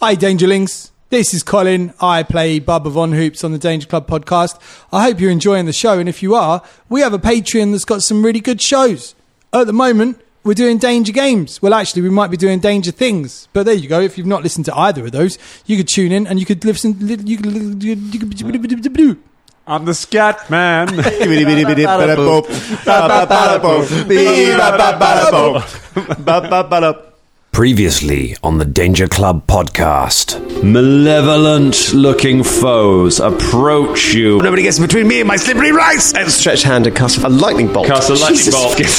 Hi, Dangerlings. This is Colin. I play Bubba Von Hoops on the Danger Club podcast. I hope you're enjoying the show. And if you are, we have a Patreon that's got some really good shows. At the moment, we're doing Danger Games. Well, actually, we might be doing Danger Things. But there you go. If you've not listened to either of those, you could tune in and you could listen. You could, you could, I'm the scat man. Previously on the Danger Club podcast. Malevolent looking foes approach you. Nobody gets between me and my slippery rice! And stretched hand and cast a lightning bolt. Cast a lightning Jesus bolt. gets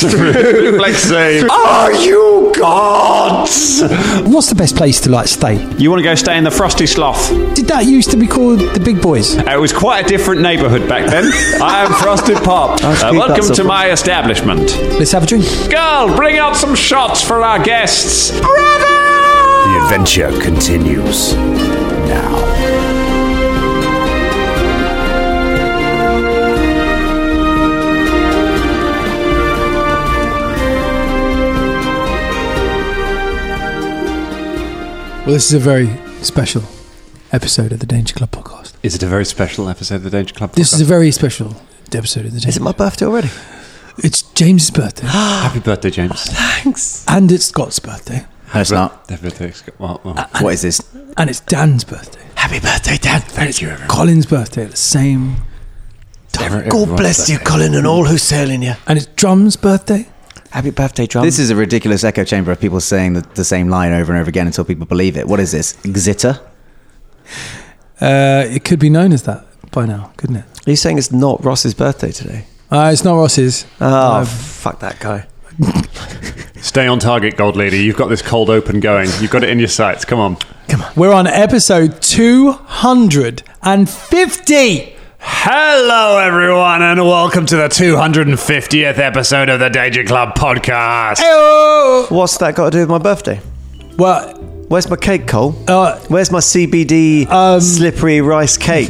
through. Reflex save. Are you gods? What's the best place to like stay? You want to go stay in the Frosty Sloth? Did that used to be called the Big Boys? It was quite a different neighbourhood back then. I am Frosty Pop. Uh, welcome to my establishment. Let's have a drink. Girl, bring out some shots for our guests. The adventure continues now. Well, this is a very special episode of the Danger Club podcast. Is it a very special episode of the Danger Club? This is a very special episode of the Danger Is it my birthday already? It's James's birthday. happy birthday, James. Thanks. and it's Scott's birthday. No, it's not. Happy birthday, Scott. Well, well. What is this? And it's Dan's birthday. Happy birthday, Dad. Thank you, everyone. Colin's birthday at the same God bless you, Colin, and all who sail in you. and it's Drum's birthday. Happy birthday, John. This is a ridiculous echo chamber of people saying the, the same line over and over again until people believe it. What is this? Exita? Uh, it could be known as that by now, couldn't it? Are you saying it's not Ross's birthday today? Uh, it's not Ross's. Oh, I've- fuck that guy. Stay on target, Gold Lady. You've got this cold open going. You've got it in your sights. Come on. We're on episode 250. Hello, everyone, and welcome to the 250th episode of the Danger Club podcast. Oh! What's that got to do with my birthday? Well, Where's my cake, Cole? uh, Where's my CBD Um, slippery rice cake?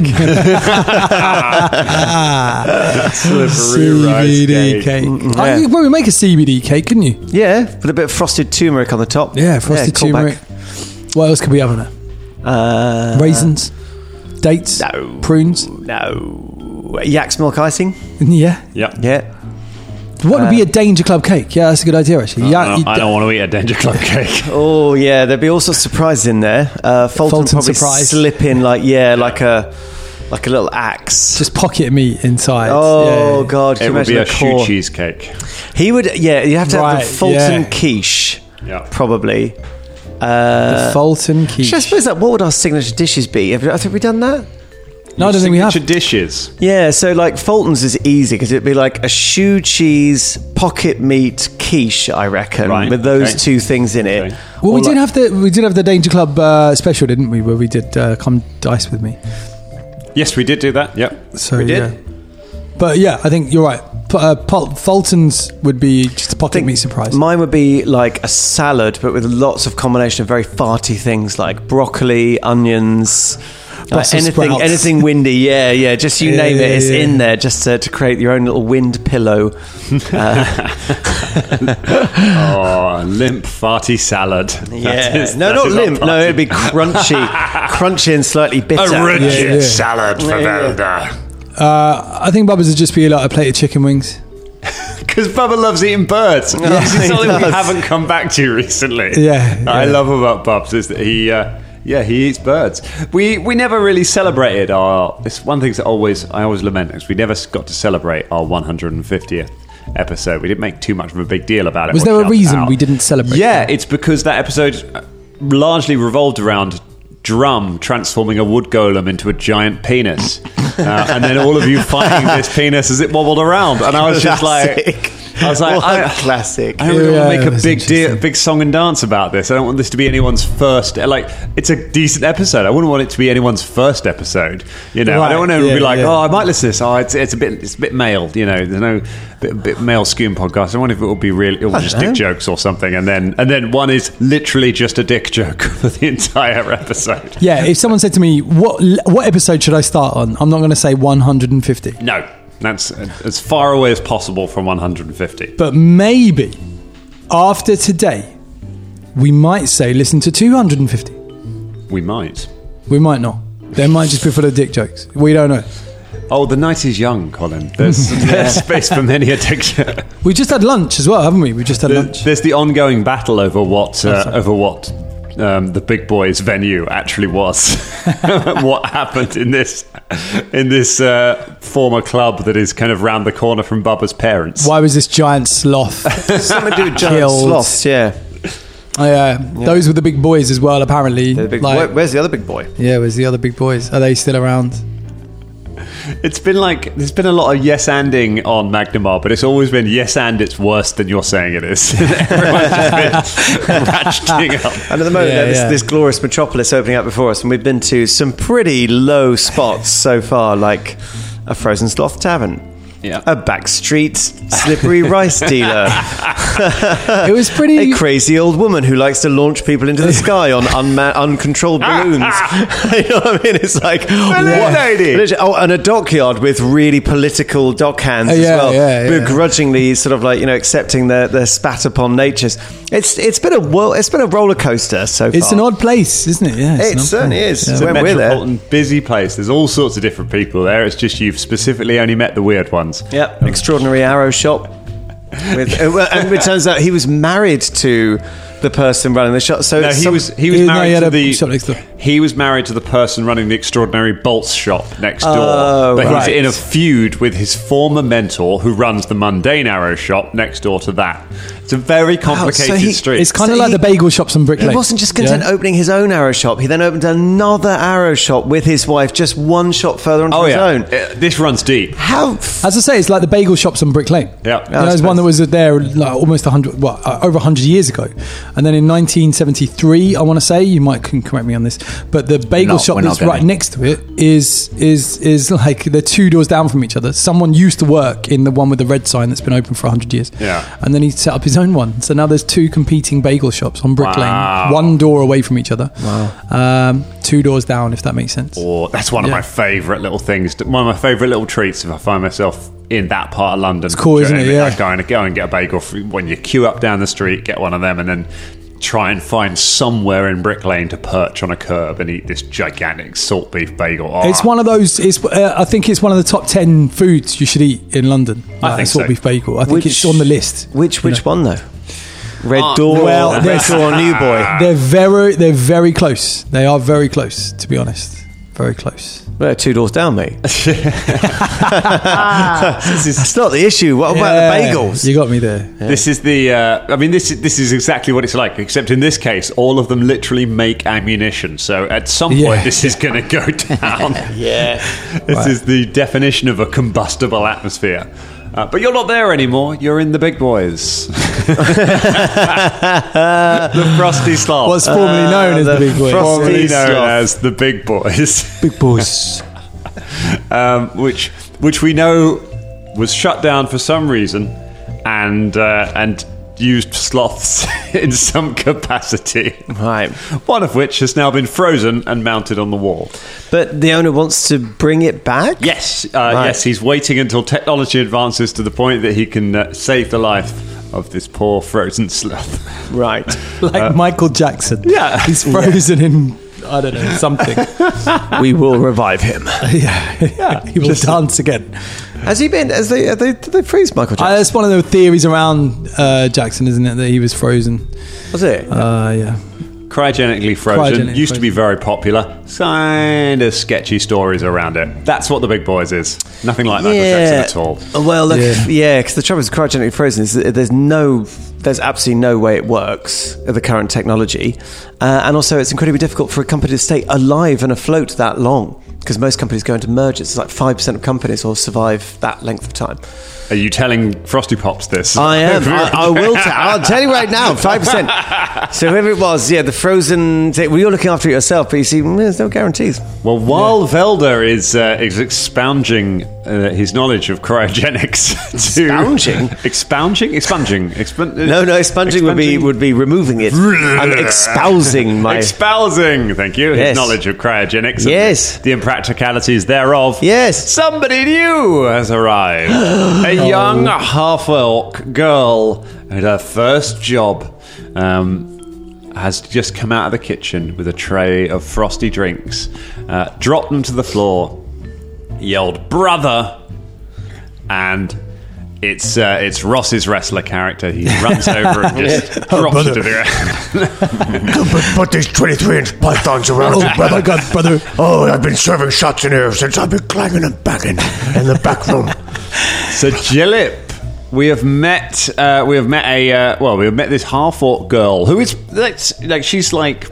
Slippery rice CBD cake. cake. Oh, Mm-hmm. yeah. you could probably make a CBD cake, couldn't you? yeah, with a bit of frosted turmeric on the top. Yeah, frosted call back. turmeric. What else could we have on it? Uh, Raisins, dates, no. prunes. No. Yak's milk icing? Yeah. Yep. Yeah. What would be a Uh, Danger Club cake? Yeah, that's a good idea, actually. yeah, No, you- Uh, I don't want to eat a Danger Club cake. Oh, yeah. There'd be all sorts of surprises in there. Uh, Fulton, Fulton probably surprise. slip in, like, yeah, like a like a little axe. just pocket meat inside. oh, Yeah. God. Can it you would be imagine a the shoe core? cheesecake. He would, yeah, you'd have to Right, have the Fulton yeah. quiche, Yeah. probably. Uh, the Fulton quiche. Actually, I suppose that what would our signature dishes be? Have, have we done that? no, I don't think we have. Signature dishes. Yeah, so like Fulton's is easy because it'd be like a shoe cheese pocket meat quiche, I reckon, Right, with those okay. two things in it. Okay. Well, Or we did like- have the we did have the Danger Club uh, special, didn't we? Where we did uh, come dice with me. Yes, we did do that. Yep. So We did? Yeah. But yeah, I think you're right. P- uh, Pul- Fulton's would be just a pocket meat surprise. Mine would be like a salad, but with lots of combination of very farty things like broccoli, onions, like Brussels anything, sprouts. anything windy. Yeah, yeah. Just you Yeah, name it, yeah, it's yeah. in there just to, to create your own little wind pillow. Oh, limp farty salad. That Yeah, is- no, that not is our limp. No, party. it'd be crunchy, crunchy and slightly bitter. a rigid Yeah, yeah. salad for Yeah, Uh, I think Bubba's would just be like a plate of chicken wings. Because Bubba loves eating birds. this is he something we does. haven't come back to recently. Oh, Yeah, I yeah. love about Bubs is that he, uh, yeah, he eats birds. We we never really celebrated our. It's one thing that always I always lament is we never got to celebrate our 150th episode. We didn't make too much of a big deal about it. Was or there a shout it reason out. we didn't celebrate? Yeah, it's because that episode uh, largely revolved around drum transforming a wood golem into a giant penis, uh, and then all of you finding this penis as it wobbled around, and I was just like. Classic. I was like, What a I, classic. I don't really Yeah, want to it make a was big deal, interesting. big song and dance about this. I don't want this to be anyone's first. Like, it's a decent episode. I wouldn't want it to be anyone's first e-, episode. You know, I don't Right, want to yeah, be like, yeah. oh, I might listen to this. Oh, it's, it's a bit, it's a bit male. You know, there's no bit, bit male scoon podcast. I wonder if it will be real. It will just dick jokes or something, and then and then one is literally just a dick joke for the entire episode. Yeah, if someone said to me, "What what episode should I start on?" I'm not going to say 150, No, that's as far away as possible from 150. but maybe after today, we might say listen to 250. We might. We might not. They might just be full of dick jokes. We don't know. Oh, the night is young, Colin. There's, there's space for many addiction. We just had lunch as well, haven't we? We just had lunch. there's, there's the ongoing battle over what uh, over what um, the big boys venue actually was. what happened in this in this uh, former club that is kind of round the corner from Bubba's parents? Why was this giant sloth? uh, Something to do with giant Killed. sloths, yeah. Oh, yeah. Those were the big boys as well, apparently. The big, Like- where- where's the other big boy? yeah, where's the other big boys? Are they still around? It's been like there's been a lot of yes anding on Magnamar, but it's always been yes and it's worse than you're saying it is. Everyone's just been ratcheting up. And at the moment, Yeah, uh, this, yeah. this glorious metropolis opening up before us, and we've been to some pretty low spots so far, like a frozen sloth tavern. Yeah. A back street slippery rice dealer. Uh, It was pretty. A crazy old woman who likes to launch people into the sky on unma- uncontrolled balloons. you know what I mean? It's like what? lady. Literally- Oh, and a dockyard with really political dock hands as Uh, Yeah, well, yeah, yeah. begrudgingly sort of like you know accepting their, their spat upon natures. It's it's been a well, it's been a roller coaster so far. it's an odd place, isn't it? Yeah, it's Oh. It an odd certainly place. is. Yeah. When we're there, Metropolitan, busy place. There's all sorts of different people there. It's just you've specifically only met the weird ones. Yep, extraordinary arrow shop. With, uh, well, and it turns out he was married to the person running the shop. So No, it's he some- was he was Yeah, no, he married had to a the shop next door. he was married to the person running the extraordinary bolts shop next door. Oh, but right. he's in a feud with his former mentor, who runs the mundane arrow shop next door to that. It's a very complicated he- street. It's kind of So like he- the bagel shops on Brick He Lane. wasn't just content Yeah? opening his own arrow shop. He then opened another arrow shop with his wife, just one shop further onto oh his yeah, own. Uh, this runs deep. How? F- As I say, it's like the bagel shops on Brick Lane. Yeah. You know, there's one that was there like almost 100, well, uh, over 100 years ago. And then in 1973, I want to say, you might can correct me on this, but the bagel not- shop we're not that's gonna. right next to it is is is like they're two doors down from each other. Someone used to work in the one with the red sign that's been open for 100 years. Yeah. And then he set up his own one. So now there's two competing bagel shops on Brick Wow. Lane, one door away from each other. Wow. Um, two doors down, if that makes sense. Or that's one of Yeah. my favourite little things. One of my favourite little treats if I find myself in that part of London. It's cool, isn't it? Yeah. Like going to go and get a bagel for, when you queue up down the street, get one of them, and then try and find somewhere in Brick Lane to perch on a curb and eat this gigantic salt beef bagel. Oh, It's one of those. It's. Uh, I think it's one of the top ten foods you should eat in London. Like a think salt so. beef bagel. I think it's on the list. Which which one though? Red Oh, Door, well, Red this- Door, New Boy. Ah. They're very. They're very close. They are very close. To be honest, very close. Well, two doors down, mate. That's not the issue. What about the Yeah, bagels? You got me there. This is the. Uh, I mean, this is, this is exactly what it's like. Except in this case, all of them literally make ammunition. So at some point, Yeah. this is going to go down. yeah, this is the definition of a combustible atmosphere. Uh, but you're not there anymore. You're in the big boys, the frosty sloth, What's formerly known as the, the big boy. frosty- formerly known Sloth. as the big boys. big boys. um, which which we know was shut down for some reason, and uh, and used sloths in some capacity. Right. One of which has now been frozen and mounted on the wall. But the owner wants to bring it back. Yes, uh, Right. yes, he's waiting until technology advances to the point that he can uh, save the life of this poor frozen sloth. Right. like Michael Jackson. yeah. he's frozen in. I don't know something. we will revive him. yeah, he will dance again. Has he been? Has they? Have they did they freeze Michael Uh, Jackson? that's one of the theories around uh, Jackson, isn't it? That he was frozen. was it? Uh, yeah. Cryogenically frozen Cryogenically used to be frozen. very popular. Kind of sketchy stories around it. That's what the big boys is. Nothing like Michael Jackson at all. Well, look, Yeah. yeah, because the trouble is cryogenically frozen is that there's no, there's absolutely no way it works with the current technology, uh, and also it's incredibly difficult for a company to stay alive and afloat that long because most companies go into mergers. It's like five percent of companies will survive that length of time. Are you telling Frosty Pops this? I am. I, I will. T- I'll tell you right now. Five percent. So whoever it was, yeah, the frozen. Well, you're looking after it yourself, but you see, mm, there's no guarantees. well, while Velder is, uh, is expounding uh, his knowledge of cryogenics to Expounding? expounding, expunging, uh, expan- No, no, expunging would be would be removing it. I'm expousing my. Expousing, thank you, his Yes. knowledge of cryogenics. and Yes. The impracticalities thereof. Yes. Somebody new has arrived. a young half elk girl at her first job. Um, has just come out of the kitchen with a tray of frosty drinks, uh, dropped them to the floor, yelled "Brother!" and it's uh, it's Ross's wrestler character. He runs over and just drops it to the ground. But put these 23 inch pythons around you, brother. God, brother. Oh, I've been serving shots in here since I've been clanging and banging in the back room. So Gillip, we have met. Uh, we have met a uh, well. We have met this half orc girl who is that's like she's like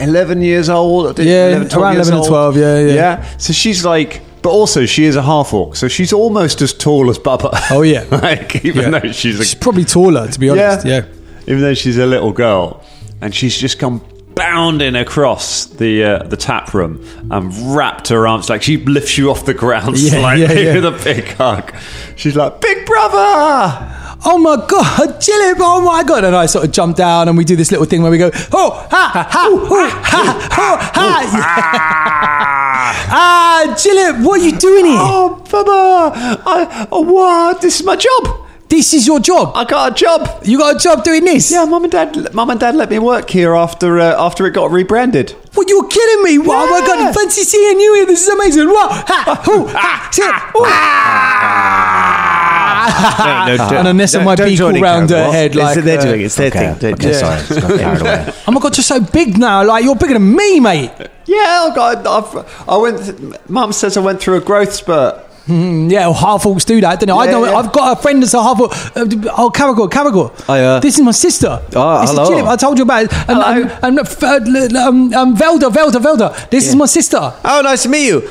eleven years old. I think, Yeah, around years 11 or 12, yeah, yeah. yeah. So she's like. But also, she is a half orc, so she's almost as tall as Bubba. Oh, yeah. like even Yeah. though she's a She's probably taller, to be honest. Yeah. even though she's a little girl, and she's just come bounding across the uh, the tap room and wrapped her arms like she lifts you off the ground Yeah, slightly yeah, yeah. with a big hug. She's like, "Big brother!" Oh my god, Jillip! Oh my god! And I sort of jump down, and we do this little thing where we go, oh ha ha ha ooh, ah, ha ha ha. Ah, Jillip, what are you doing here? Oh, Bubba! I, oh, what? This is my job. This is your job. I got a job. You got a job doing this? Yeah, mum and dad, mum and dad let me work here after uh, after it got rebranded. What you're kidding me? What? Oh my Yeah. god! Fancy seeing you here. This is amazing. Whoa! Ha! Oh. Hoo! Ah. Ha! sit, ooh. and unless No, my don't beak join all in, round her Carol. head, It's- like they're uh, doing it. It's their Okay, thing. Don't- okay, sorry. Just got carried away. Oh my god, you're so big now. Like you're bigger than me, mate. oh Yeah, I got. I've, I went. mum says I went through a growth spurt. Yeah, well, half orcs do that, don't they? I Yeah, know. yeah. I've got a friend that's a half orc. Uh, oh, Caragor, Caragor. Oh, yeah. This is my sister. Oh, this hello. Is Jillip. I told you about it. And, Hello. And, and, f- uh, l- l- um, um, Velda, Velda, Velda. This is my sister. Oh, nice to meet you.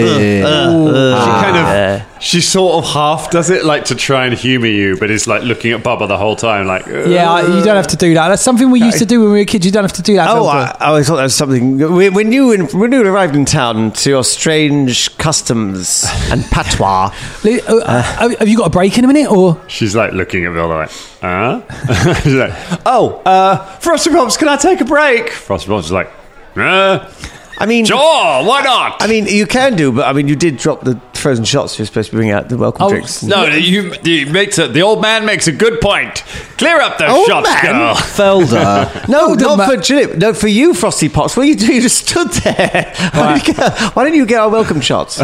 She kind of, she sort of half does it, like to try and humour you, but is like looking at Bubba the whole time, like. Yeah, I, you don't have to do that. That's something we used to do when we were kids. You don't have to do that. Oh, Velda. I, I always thought that was something. When when you in, when you arrived in town to your strange customs and patois, Li- uh, have- have you got a break in a minute or? She's like looking at Vilda, like, huh? She's like, oh, uh, Frosty Bobs, can I take a break? Frosty Bobs is like, uh, I mean, sure, why not? I mean, you can do, but I mean, you did drop the frozen shots. You're supposed to bring out the welcome Oh, drinks. no, you, you makes a, the old man makes a good point. Clear up those Old shots, man? girl. Felder. No, Oh, the not ma- for Jillip. No, for you, Frosty Potts. What are you doing? You just stood there. Why, don't you get, why don't you get our welcome shots?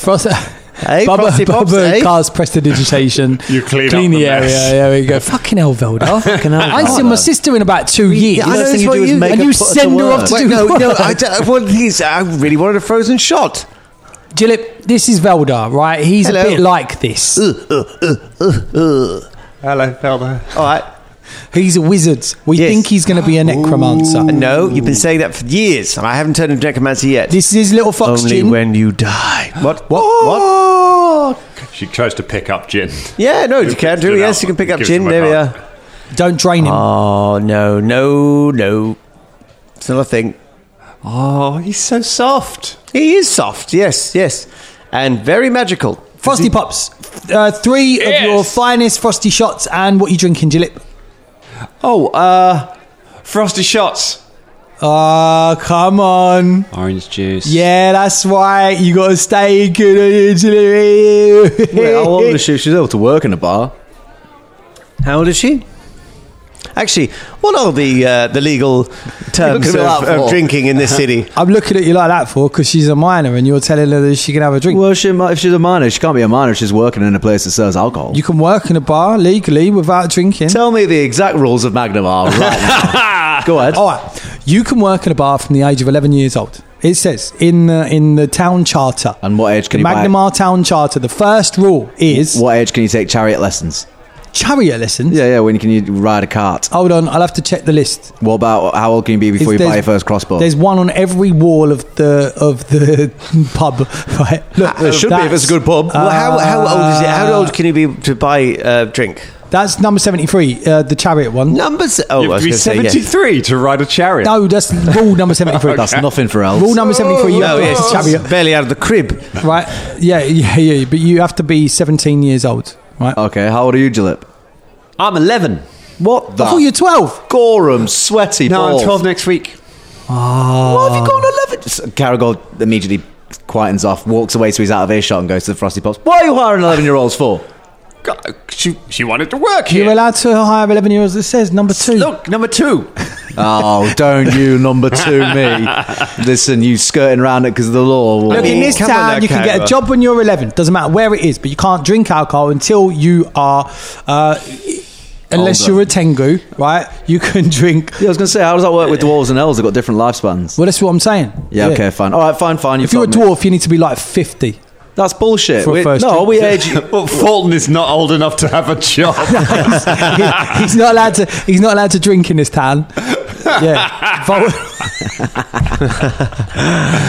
Frost- Hey, Bubba, Frosty Pops, Bubba eh? cars prestidigitation. You clean clean up the, the area. mess. There we go. Fucking hell, Velda. hell, I ain't seen my Velda. sister in about two years. I know First thing it's you what do is you- make and her you put us send to her off work. to Wait, do no, work. no. I, don't- well, he's, I really wanted a frozen shot. Jillip, this is Velda, right? He's a Hello. Uh. bit like this. Hello, Velda. All right. He's a wizard. We Yes. think he's going to be a necromancer. No, you've been saying that for years, and I haven't turned into necromancy yet. This is his little fox Only gin. when you die. What? What? What? She tries to pick up Jin. Yeah, no, you Who can picks do. it Yes, up? you can pick up Gives gin. him a There we card. are. Don't drain him. Oh no, no, no! It's not a thing. Oh, he's so soft. He is soft. Yes, yes, and very magical. Frosty Pops, uh, three Yes. of your finest Frosty shots and what you drinking, Jillip? Oh, uh, Frosty shots. Ah, come on. Orange juice. Yeah, that's right. You got to stay good, Jillip. Well, how old is she? She's able to work in a bar. How old is she? Actually, what are the uh, the legal terms at of, me like that of for? drinking in this city? I'm looking at you like that for because she's a minor and you're telling her that she can have a drink. Well, she, mi- if she's a minor, she can't be a minor. if She's working in a place that serves alcohol. you can work in a bar legally without drinking. Tell me the exact rules of Magnum are right now. Go ahead. All right, you can work in a bar from the age of 11 years old. It says in the, in the town charter. And what age can the you buy- Magnamar town charter. The first rule is What age can you take chariot lessons? chariot lessons. Yeah, yeah. When can you ride a cart? Hold on, I'll have to check the list. What about how old can you be It's- before you there's- buy your first crossbow? There's one on every wall of the of the pub. Right? Look, There should be if it's a good pub. well, how, how old is it? Ah. How old can you be to buy a drink? That's number 73, uh, the chariot one. Numbers. Oh, You I have was to be going to say yes. 73 to ride a chariot. No, that's rule number 73. That's nothing for else. Rule number 73, you No, have Oh, to yes, have a chariot. she's uh, barely out of the crib. Right? Yeah, yeah, yeah. But you have to be 17 years old, right? okay, how old are you, Gillip? I'm 11. What I thought you're 12. Gorum, sweaty no I'm 12 next week. What have you gone 11? So Caragol immediately quietens off, walks away so he's out of earshot and goes to the Frosty Pops. What are you hiring 11 year olds for? God, she, she wanted to work You're here. allowed to hire 11 year olds. It says number two. Hmm. Look, number two. Oh, don't you number two me. Listen, you skirting around it because of the law. Look, in this Come on town, now, you can get a Kara. job when you're 11. Doesn't matter where it is, but you can't drink alcohol until you are. Uh, Unless Older. you're a Tengu, right? You can drink. Yeah, I was going to say, how does that work with dwarves and elves? They've got different lifespans. Well, that's what I'm saying. Yeah, okay, fine. All right, fine, fine. If you're a told me. dwarf, you need to be like 50. that's bullshit. For a We- first no, drink. we age. But Fulton is not old enough to have a job. He- he's not allowed to. He's not allowed to drink in this town. Yeah, Vol-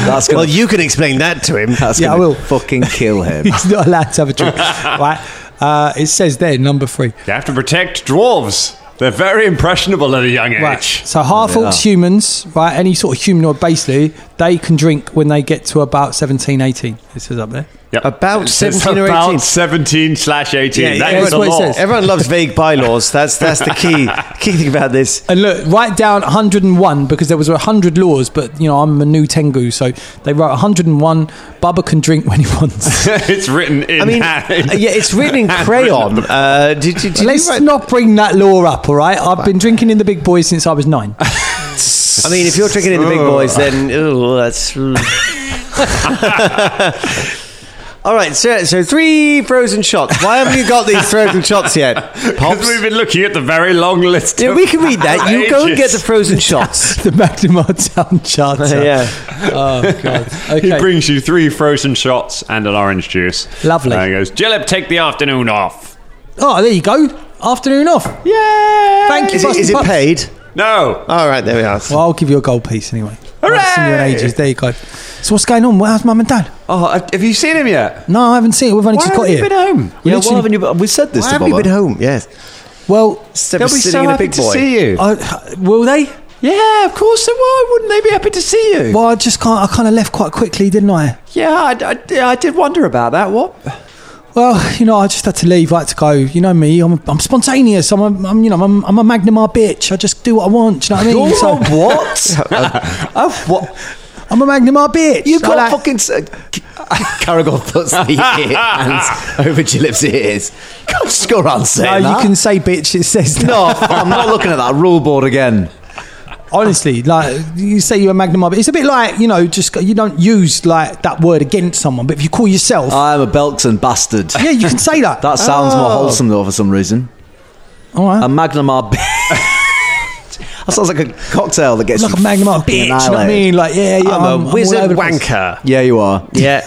That's gonna, Well, you can explain that to him. that's yeah, gonna I will. fucking kill him. he's not allowed to have a drink. Right? Uh, it says there number three. You have to protect dwarves. They're very impressionable at a young age. Right. So half Yeah. orcs humans, right? Any sort of humanoid, basically, they can drink when they get to about 17, 18. It says up there. Yep. About It says 17 or about 18. 17 slash 18. Yeah, that yeah, is that's the what it law. says. Everyone loves vague bylaws. That's that's the key key thing about this. And look, write down 101 because there was 100 laws, but you know I'm a new Tengu, so they wrote 101. Bubba can drink when he wants. it's written in I mean, hand. yeah, it's written in crayon. Uh, did, did, did Let's you write- not bring that law up, all right? I've been drinking in the big boys since I was nine. I mean, if you're drinking in the big boys, then ooh, that's. hmm. All right, so, so three frozen shots. Why haven't you got these frozen shots yet? Because we've Pops? been looking at the very long list. Yeah, of we can read that. You go and get ages. the frozen shots. the Uh, Magnamar Town Charter. yeah. Oh god. He Okay. brings you three frozen shots and an orange juice. Lovely. And he goes, Jillip, take the afternoon off. oh, there you go. Afternoon off. Yeah. Thank you. Is it, Boston is it Pub. paid? No. All right, there we are. Well, I'll give you a gold piece anyway. Hooray! I've seen you in ages. There you go. So what's going on? How's mum and dad? Oh, have have you seen him yet? No, I haven't seen it. We've only just Why got haven't you here. been home? We yeah, why literally- haven't you? We've said this Why to haven't you Bobber. been home? Yes. well, Instead They'll of be sitting so in a happy big to boy. see you. I, will they? yeah, of course they were. Wouldn't they be happy to see you? Well, I just can't. I kind of left quite quickly, didn't I? Yeah, I, I, I did wonder about that. What? Well, you know, I just had to leave. I had to go. You know me. I'm, I'm spontaneous. I'm, a, I'm, you know, I'm, I'm a Magnamar bitch. I just do what I want. Do you know what I mean? So, what? oh, what? I'm a Magnamar bitch. You I got like- fucking. s- Carrigal puts the ear hands over Jillip's ears. Can't just go around No, saying you that. can say bitch. It says that. No, I'm not looking at that rule board again. Honestly, like you say, you're a magnum arbiter. It's a bit like you know, just you don't use like that word against someone, but if you call yourself, Uh, I'm a Belton bastard. yeah, you can say that. Oh, That sounds more wholesome though, for some reason. All right, A Magnum R. that sounds like a cocktail that gets like a you magnum arbiter, fucking bitch. You know what I annihilated. mean? Like, yeah, yeah, I'm, I'm, a all wizard over the place. wanker. Yeah, you are. Yeah.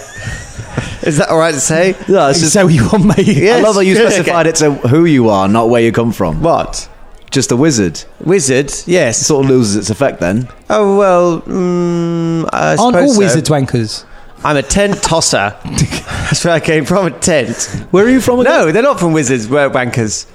is that all right to say? Yeah, it's just, Say what you want, mate. I Yes. love how you Yeah, specified it to who you are, not where you come from. What? Just a wizard. Wizard? Yes. Sort of loses its effect then. Oh well, mm, I Aren't all suppose so. wizards wankers? I'm a tent tosser. That's where I came from. A tent. Where are you from again? No, they're not from wizards. We're wankers.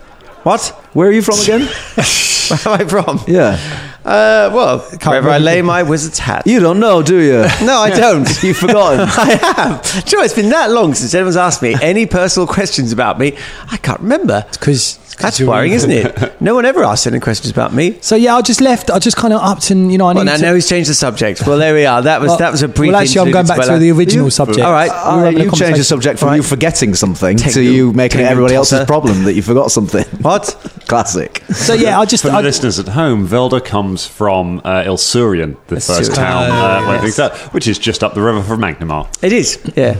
What? Where are you from again? Where am I from? yeah. Uh, well, wherever I remember. lay my wizard's hat. You don't know, do you? No, I don't. You've forgotten. I have. Do you know, it's been that long since anyone's asked me any personal questions about me. I can't remember. Because That's worrying, isn't it? No one ever asks any questions about me. So yeah, I just left. I just kind of upped and you know, I Well, need now, to. now he's changed the subject. Well, there we are. That was Well, that was a brief. Well, actually, I'm interlude going back into to my the life. original You- subject. All We right. were Uh, having a you changed the conversation. subject from you forgetting something to you- you making it take you everybody tosser. else's problem that you forgot something. What? Classic. So yeah, I just For the I, listeners at home, Velda comes from uh, Ilsurian, the first town, uh, where things are, which is just up the river from Magnamar. It is. Yeah.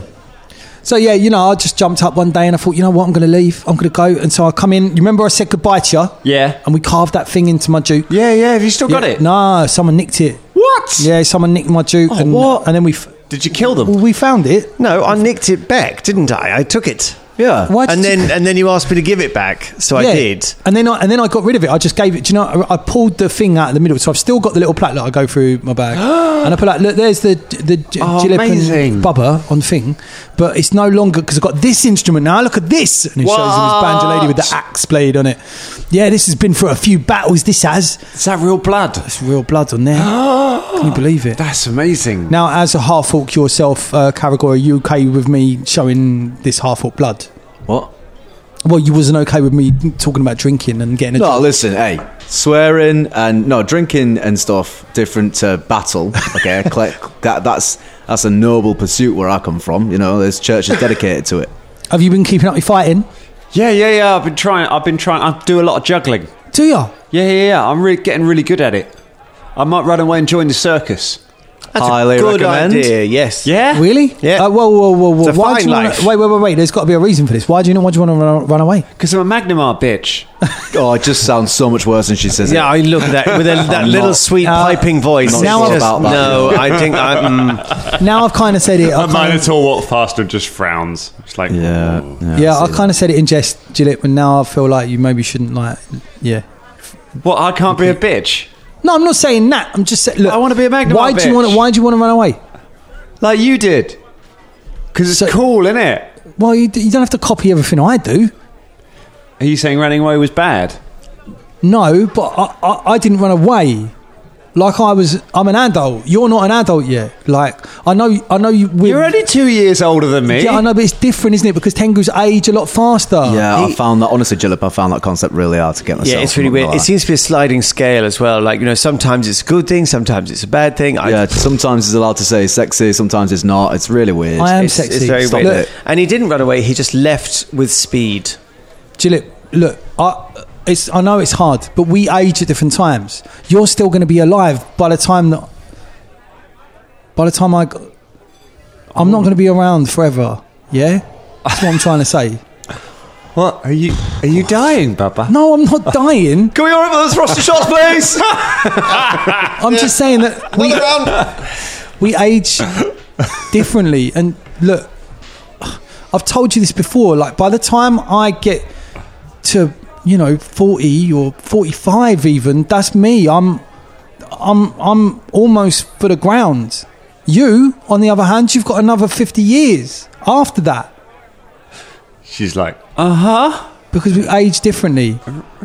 So yeah, you know, I just jumped up one day and I thought, you know what, I'm going to leave. I'm going to go. And so I come in. You remember I said goodbye to you? Yeah. And we carved that thing into my juke. Yeah. Yeah. Have you still got Yeah, it? No, someone nicked it. What? Oh, Yeah, someone nicked my juke. and, what? And then we. F- Did you kill them? well, we found it. No, I nicked it back, didn't I? I took it. Yeah. Why did and you- then and then you asked me to give it back, so I Yeah. did. And then I and then I got rid of it. I just gave it. Do you know? I, I pulled the thing out of the middle, so I've still got the little plaque that I go through my bag. and I put like, look, there's the the j- Oh, Jillip amazing. and Bubba on thing, but it's no longer because I've got this instrument now. Look at this, and it shows him his banjo lady with the axe blade on it. Yeah, this has been through a few battles. This has. Is that real blood? It's real blood on there. Can you believe it? That's amazing. Now, as a half orc yourself, uh, Caragor, are you okay with me showing this half orc blood? What? Well, you wasn't okay with me talking about drinking and getting a No, listen, hey, swearing and no drinking and stuff different to battle. Okay, Cle- that, that's that's a noble pursuit where I come from. You know, this church is dedicated to it. Have you been keeping up with fighting? Yeah, yeah, yeah. I've been trying. I've been trying. I do a lot of juggling. Do ya? Yeah, yeah, yeah. I'm really getting really good at it. I might run away and join the circus. Highly good recommend. idea, Yes. Yeah, Really? Yeah. Uh, whoa, whoa, whoa, whoa! It's a why do fine you wanna- life. wait, wait, wait, wait! There's got to be a reason for this. Why do you know? Why do you want to run, run away? because I'm a Magnamar bitch. Oh, it just sounds so much worse than she says. Yeah, it. I look at that with a, that I'm little not- sweet Uh, piping voice. I'm not Now sure I've- about that. no, I think I'm. Now I've kind of said it. I A kinda- minotaur walks past and just frowns. It's like, yeah. "Ooh." yeah, I kind of said it in jest, Gillip, and now I feel like you maybe shouldn't like. Yeah. What? I can't be a bitch. No, I'm not saying that. I'm just saying. Look, I wanna be a Magnum Why do you bitch. want? to? Why do you want to run away? Like you did. Because it's So- cool, isn't it? Well, you, you don't have to copy everything I do. Are you saying running away was bad? No, but I, I, I didn't run away. Like I was, I'm an adult. You're not an adult yet. Like I know, I know you. We're, You're only two years older than me. Yeah, I know, but it's different, isn't it? Because Tengu's age a lot faster. Yeah, I found that honestly, Gillip. I found that concept really hard to get myself. Yeah, it's really I'm not weird. gonna It lie. seems to be a sliding scale as well. Like you know, sometimes it's a good thing, sometimes it's a bad thing. I, yeah, sometimes it's allowed to say sexy, sometimes it's not. It's really weird. I am it's, sexy. it's very Stop weird. it. And he didn't run away. He just left with speed. Gillip, look, I, it's, I know it's hard, but we age at different times. You're still going to be alive by the time that. By the time I. g- I'm not going to be around forever. Yeah? That's what I'm trying to say. What? Are you Are you dying, Baba? No, I'm not dying. Can we all have those roster shots, please? I'm just saying that we, we age differently. And look, I've told you this before. Like, by the time I get to, you know, 40 or 45 even, that's me. I'm, I'm, I'm almost for the ground. You, on the other hand, you've got another 50 years after that she's like, because we age differently.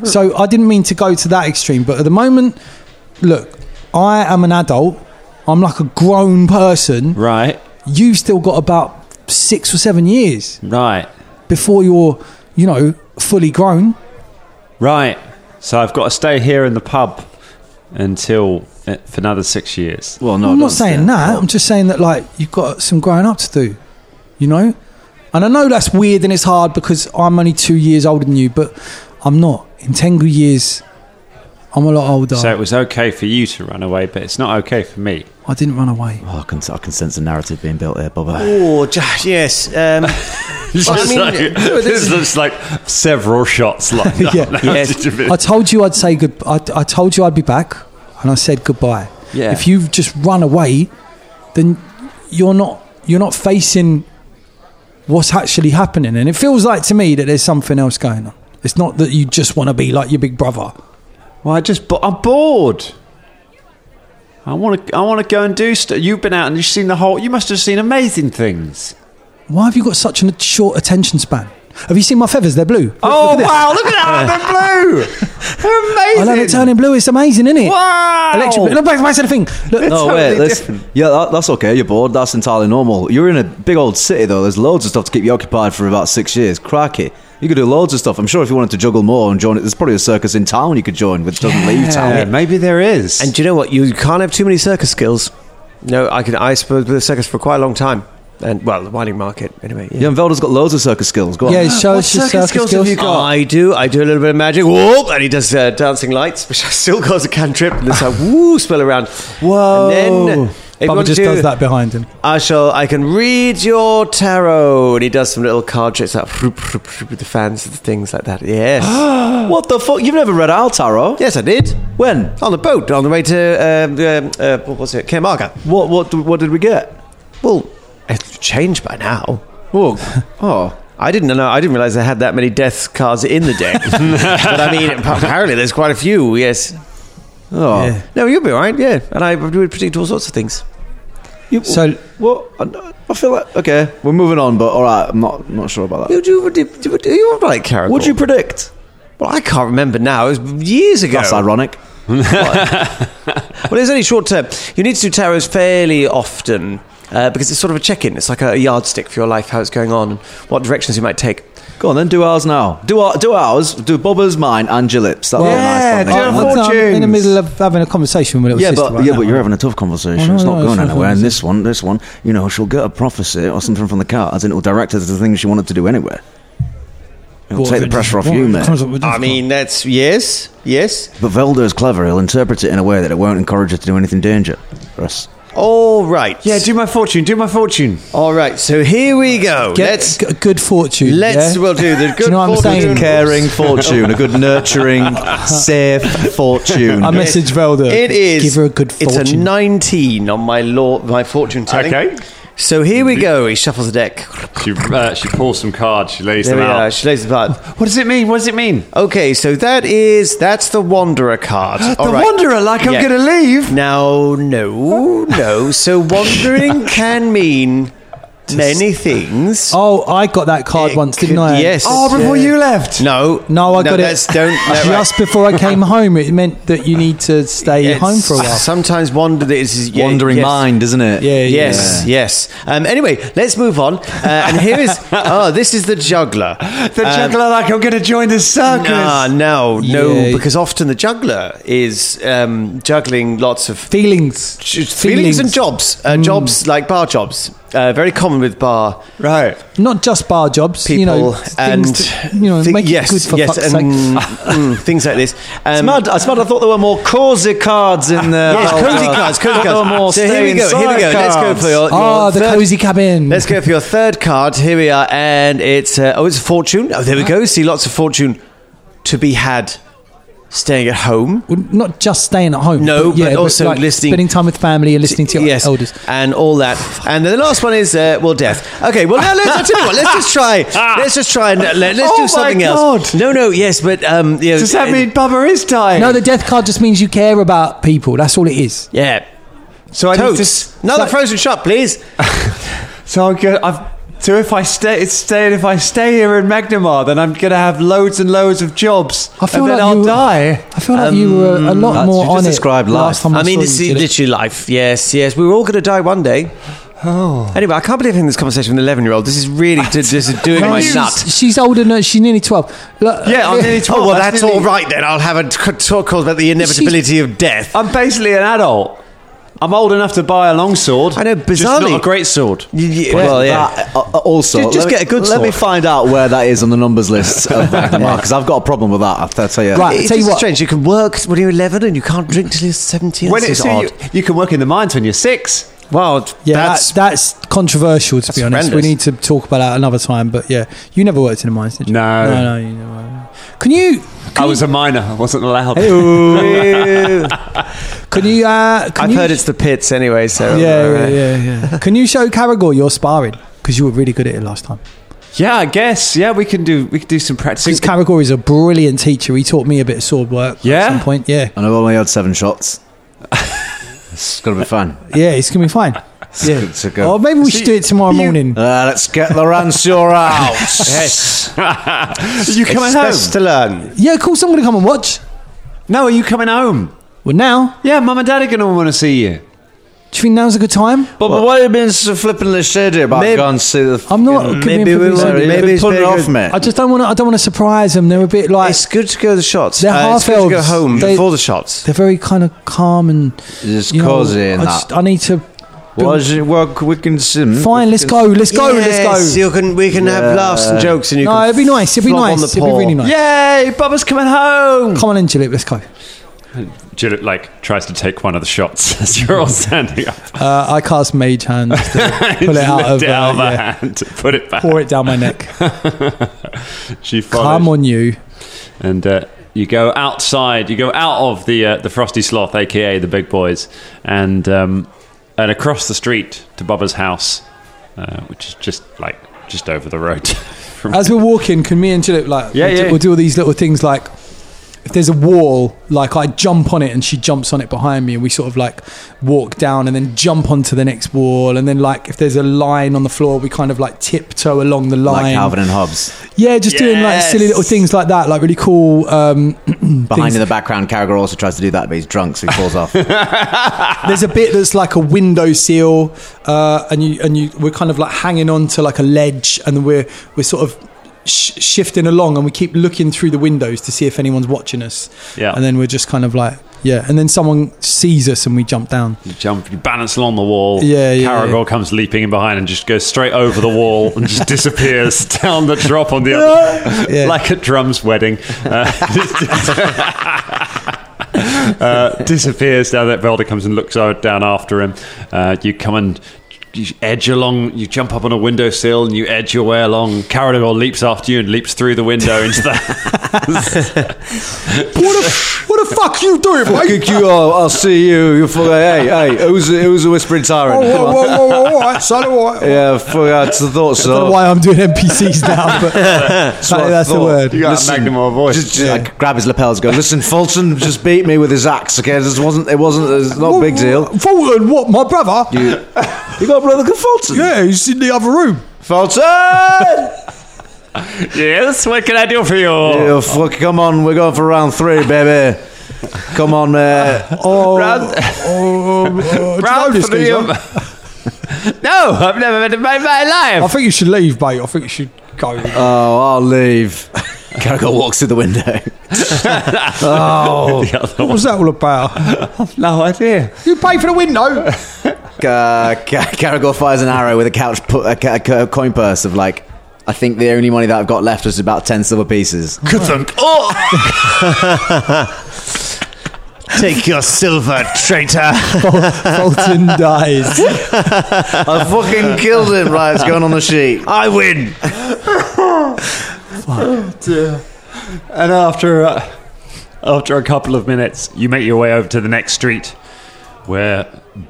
So I didn't mean to go to that extreme, but at the moment, look, I am an adult. I'm like a grown person. right, You've still got about six or seven years right, before you're, you know, fully grown. right. So I've got to stay here in the pub until uh, for another six years. Well, no, I'm don't not saying say that. I'm just saying that like you've got some growing up to do, you know. And I know that's weird and it's hard because I'm only two years older than you, but I'm not. In Tengu years, I'm a lot older. So it was okay for you to run away, but it's not okay for me. I didn't run away. Oh, I, can, I can sense a narrative being built here, Bubba. Oh, j- yes. Um, well, I It's mean, like- this looks like several shots like that. Yeah. Yes. I told you I'd say good. I, I told you I'd be back, and I said goodbye. Yeah. If you've just run away, then you're not you're not facing what's actually happening, and it feels like to me that there's something else going on. It's not that you just want to be like your big brother. Well, I just bo- I'm bored. I want to. I want to go and do stuff. You've been out and you've seen the whole. You must have seen amazing things. Why have you got such a short attention span? Have you seen my feathers? They're blue. Look- oh look at this. wow! Look at that! They're blue. They're amazing. I love it turning blue. It's amazing, isn't it? Wow! Electric. Look back, back to the thing. Look, No, totally wait, that's, different. yeah, that, that's okay. You're bored. That's entirely normal. You're in a big old city, though. There's loads of stuff to keep you occupied for about six years. Crikey. You could do loads of stuff. I'm sure if you wanted to juggle more and join it, there's probably a circus in town you could join, which doesn't leave town. Yeah, maybe there is. and do you know what? You can't have too many circus skills. No, I could. I suppose with the circus for quite a long time, and well, the winding market anyway. Yeah. Yeah, and Velda's got loads of circus skills. Go on. yeah, show us your circus skills. I do. I do a little bit of magic. Whoop! And he does uh, dancing lights, which I still cause a cantrip. And it's like woo, spell around. Whoa. And then if you Oh, Bubba want just to do- does that behind him. I shall. I can read your tarot, and he does some little card tricks like froop, froop, froop, with the fans and things like that. Yes, What the fuck? You've never read our tarot? yes, I did When? on the boat on the way to um, um, uh, what was it, Camarga. What? What? What did we get? Well, it's changed by now. Oh, oh. I didn't know. I didn't realize I had that many death cards in the deck. but I mean, apparently there's quite a few. Yes. Oh, Yeah. No, you'll be all right. Yeah, and I would predict all sorts of things. You- So- what? I, I feel like okay, we're moving on, but all right, I'm not I'm not sure about that. You do. do- do- Are you all right, Carol? What'd you predict? Well, I can't remember now. It was years ago. That's ironic. Well, it's only short term. You need to do tarots fairly often uh, because it's sort of a check in. It's like a yardstick for your life, how it's going on, and what directions you might take. Go on, then do ours now. Do our, do ours. Do Bobba's, mine, and your lips. That'll be Yeah, a nice. do one, our I'm, I'm in four- then. the fortunes. middle of having a conversation with little Yeah, sister. but right yeah, now. but you're having a tough conversation. Oh, it's no, not no, going it's not anywhere. conversation. And this one, this one, you know, she'll get a prophecy or something from the cards, and it'll direct her to the things she wanted to do anyway. It'll take the pressure off you, mate. I mean, that's yes, yes. But Velda is clever. He'll interpret it in a way that it won't encourage her to do anything dangerous. All right. Yeah, do my fortune, do my fortune. All right. So here we go. Get let's g- good fortune. let's yeah? we'll do the good you know what I'm fortune. saying? Caring fortune, a good nurturing, safe fortune. I message Velda. It is. Give her a good fortune. It's a 19 on my law, my fortune telling. Okay. So here we go. He shuffles the deck. She, uh, she pulls some cards, she lays There them we out. are. She lays the card. What does it mean? What does it mean? Okay, so that is that's the wanderer card. the Wanderer, like I'm gonna leave. Now, no, no. So wandering can mean many things. Oh, I got that card It once, didn't could- I? Oh, Yes. before you left. No, No, I got that's- it. Don't no, right. Just before I came home, it meant that you need to stay It's- home for a while. Sometimes wander. This is yeah, Wandering yes. mind, isn't it? Yeah, yeah. Yes, yes. Um, anyway, let's move on. Uh, and here is oh, this is the juggler. Um, The juggler, like I'm going to join the circus. Nah, no, no, Yeah. because often the juggler is um, juggling lots of Feelings. feelings, and jobs, uh, jobs like bar jobs. Uh, very common with bar Right. Not just bar jobs, you know, people things and that, you know, thi- make yes, it good for yes, fuck's and, sake. mm, things like this. Um, It's mad. It's mad. I thought there were more cozy cards in there. Yes, Velda. cozy cards, cozy I thought There were more cards. So here we stay go, here we go. inside Let's go cards. for your, your Ah, the third- cozy cabin. Let's go for your third card. Here we are, and it's uh, oh, it's fortune. Oh, there we go. See, lots of fortune to be had, staying at home. Well, not just staying at home. No, but also listening- spending time with family and listening to your yes, elders. and all that. And the last one is uh, well, death. Okay, well now let's I tell you what. Let's just try. Let's just try and uh, let, us do something else. No, no, yes, but um, you know, Does that uh, mean Bubba is dying? No, the death card just means you care about people. That's all it is. yeah? So I need to, Totes. Another frozen shot, please. So I'm gonna, I've, so if I stay, it's stay, if I stay here in Magnamar, then I'm gonna have loads and loads of jobs, I feel and then like I'll you- die. I feel like you were a lot that's- more you on just it described life. last time I, I mean, saw it's you did it. literally life. Yes, yes. We were all going to die one day. Oh. Anyway, I can't believe I'm having this conversation with an 11 year old. This is really d- this is doing my she's, nut. she's older. No, she's nearly twelve. Look, Yeah, I'm nearly Oh, twelve. well, I'm that's nearly- all right then. I'll have a t- talk call about the inevitability of death. I'm basically an adult. I'm old enough to buy a longsword. I know, just bizarrely- not a great sword. Well, yeah. Uh, uh, also, Just- just let me- get a good Let sword. me find out where that is on the numbers list of Magnamar because I've got a problem with that. I'll tell you. Right. It's tell you just what. strange. You can work when you're 11 and you can't drink till you're 17. When This it's is so you, odd. you can work in the mines when you're six. Well, yeah, that's, that's, that's controversial to be honest. horrendous. We need to talk about that another time. But yeah, you never worked in a mine, did you? No. no, no. You never. Can you? I was a miner. I wasn't allowed. Can you? Uh, can I've you, heard it's the pits anyway, so. uh, Yeah, yeah, yeah, yeah. Can you show Caragor your sparring? Because you were really good at it last time. Yeah, I guess. Yeah, we can do. We can do some practicing. Because Caragor is a brilliant teacher. He taught me a bit of sword work Yeah? at some point. Yeah. And I've only had seven shots. it's gonna be fun. Yeah, it's going to be fine. Yeah. good to go. Or maybe we should do it tomorrow morning. Uh, let's get the Ransor out. yes. you coming home? Best to learn. Yeah, of course I'm going to come and watch. no, are you coming home? Well, now, Yeah, mum and dad are gonna want to see you. do you think now's a good time? But, but why are you being so flippantly shady about Maybe- going to see the? I'm not. could be maybe in we for will- reason. maybe maybe it's put it very off, good. mate. I just don't want to. I don't want to surprise them. They're a bit like It's good to go to the shots. Uh, They're it's good to go half-elves. home They- before the shots. they're very kind of calm and It's you know, cozy and I, that. just- I need to. Why is it work? We can sim. Fine, let's go. Let's go. let's Yes, go. You can, we can have laughs and jokes, and you No, can it'd be nice. It'd be flog nice. on the It'd be paw. really nice. Yay, Bubba's coming home. Come on in, Gillip. Let's go. Gillett like tries to take one of the shots as you're all standing up. Uh, I cast Mage Hand. To pull it Just out lift of. it out of uh, her yeah, hand, put it back. pour it down my neck. She Come follows, on, you. and uh, you go outside. You go out of the uh, the frosty sloth, aka the big boys, and um, and across the street to Bubba's house, uh, which is just like just over the road. from- As we're walking, can me and Gillip like Yeah, we'll, yeah. Do, we'll do all these little things like if there's a wall, like I jump on it and she jumps on it behind me, and we sort of like walk down and then jump onto the next wall, and then like if there's a line on the floor, we kind of like tiptoe along the line. Like Calvin and Hobbes. Yeah, just doing like silly little things like that, like really cool. Um, Behind Things- in the background, Carragher also tries to do that, but he's drunk, so he falls off. there's a bit that's like a windowsill, uh, and you and you we're kind of like hanging on to like a ledge, and we're we're sort of sh- shifting along, and we keep looking through the windows to see if anyone's watching us. Yeah. and then we're just kind of like Yeah, and then someone sees us and we jump down. You jump, you balance along the wall. Yeah, yeah, Caragor yeah. comes leaping in behind and just goes straight over the wall and just disappears down the drop on the other, Yeah. like a drum's wedding. Uh, uh, disappears down that Velda comes and looks out down after him. Uh, you come and you edge along, you jump up on a windowsill and you edge your way along. Caragor leaps after you and leaps through the window into the. What the, what the fuck you doing, mate? Fucking you all. I'll see you. You fucking. Hey, hey. Who's who's a whispering Whoa, tyrant? whoa, Come whoa, on. whoa, whoa, all right, son, all right. Yeah, fuck. I thought I don't know so. why I'm doing NPCs now, but That's, what I that's the thought. word. You got a Magnamore voice. Just, just, like, grab his lapels. Go. Listen, Fulton just beat me with his axe. Okay, this wasn't. It wasn't. It's not a big deal. Fulton, what, my brother? You got a brother called Fulton. yeah, he's in the other room. Fulton. yes, what can I do for you? You fuck. Come on. We're going for round three, baby. Come on, uh, mate. Oh, oh, oh, oh, do you know this, geezer? no, I've never met him in my I life. think you should leave, mate. I think you should go. Oh, I'll leave. Caragol walks through the window. oh, what was that all about? No idea. you pay for the window. uh, Ca- Caragol fires an arrow with a couch pu- a, ca- a ca- coin purse of like. I think the only money that I've got left was about ten silver pieces. Oh! Take your silver, traitor. Fulton dies. I fucking killed him. Right, it's going on the sheet. I win. And after uh, after a couple of minutes, you make your way over to the next street, where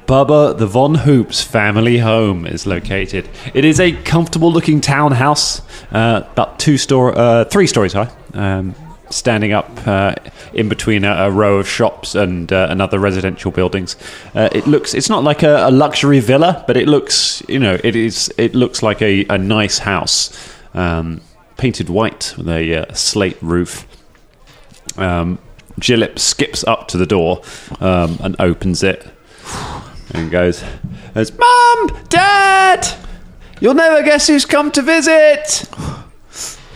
Bubba the Von Hoops family home is located. It is a comfortable-looking townhouse, uh, about two store, uh, three stories high. Um, Standing up uh, in between a, a row of shops and uh, another residential buildings, uh, it looks. It's not like a, a luxury villa, but it looks. You know, it is. It looks like a, a nice house, um, painted white with a uh, slate roof. Um, Gillip skips up to the door um, and opens it and goes, "It's Mum, Dad! You'll never guess who's come to visit."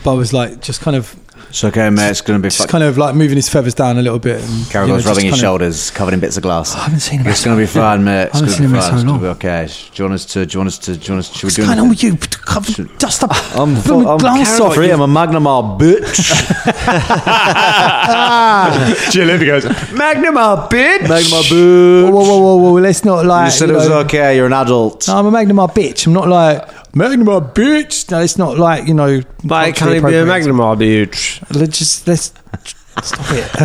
But I was like, just kind of, It's okay, mate. It's gonna be. just Fuck- kind of like moving his feathers down a little bit. And, you know, Caragol's just rubbing kind his of- shoulders, covered in bits of glass. I haven't seen him in It's gonna be fine, mate. It's haven't gonna seen be him in fine. so it's gonna long. be okay. Sh- Do you want us to? Do you want us to? Do you want us? Should we do? What's going on anything? with you? Cover, dust up. I'm, blooming fu- I'm glass off. Caragol here. I'm a Magnamar bitch. Gillip goes, Magnamar bitch. Magnamar Whoa, bitch. whoa, whoa, whoa, whoa, Let's not like. You said you it was know, okay. You're an adult. No, I'm a Magnum, my bitch. I'm not like Magnum, my bitch. No, it's not like you know. Like, can it be culturally a appropriate. Magnum or bitch? Let's just let's stop it.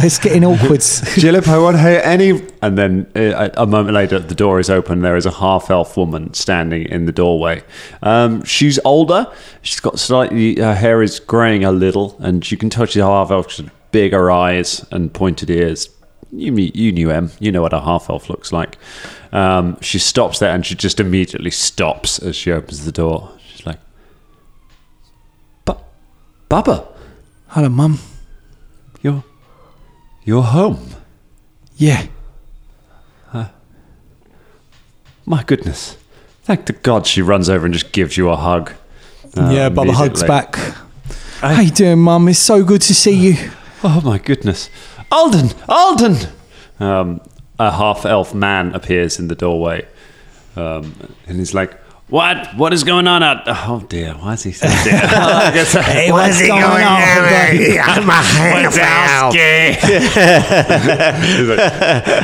It's getting awkward. Gillip, I won't hear any. And then uh, a a moment later, the door is open. There is a half elf woman standing in the doorway. Um, she's older. She's got slightly, her hair is graying a little, and you can tell she's a half elf. She's got bigger eyes and pointed ears. You, knew- you knew Em. You know what a half elf looks like. Um, she stops there and she just immediately stops as she opens the door. She's like, Bu- Bubba, Hello, mum. you're, you're home. Yeah, My goodness. Thank the God she runs over and just gives you a hug. uh, yeah. Bubba hugs immediately. back. How you doing, mum? It's so good to see you. Oh my goodness. Alden! Alden! Um, a half elf man appears in the doorway. Um, and he's like, What? What is going on out Oh dear, why is he so dear? I uh, guess I- Hey, what's, going on, buddy? I'm a hand he's like,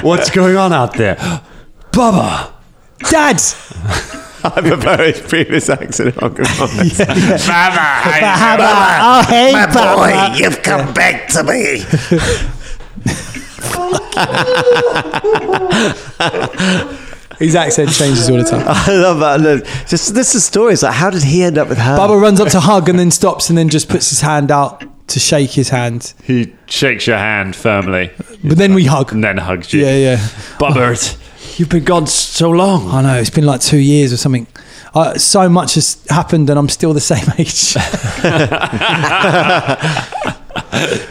What's going on out there? Bubba! Dad, I've about his previous accident. Oh, Baba, oh, hey, my Bubba. boy, you've come back to me. His accent changes all the time. I love that. Look, Just this is stories like how did he end up with her? Bubba runs up to hug and then stops and then just puts his hand out to shake his hand. He shakes your hand firmly But then we hug. and then hugs you. Yeah, yeah. Bubbert, you've been gone so long. I know it's been like two years or something. Uh, so much has happened, and I'm still the same age.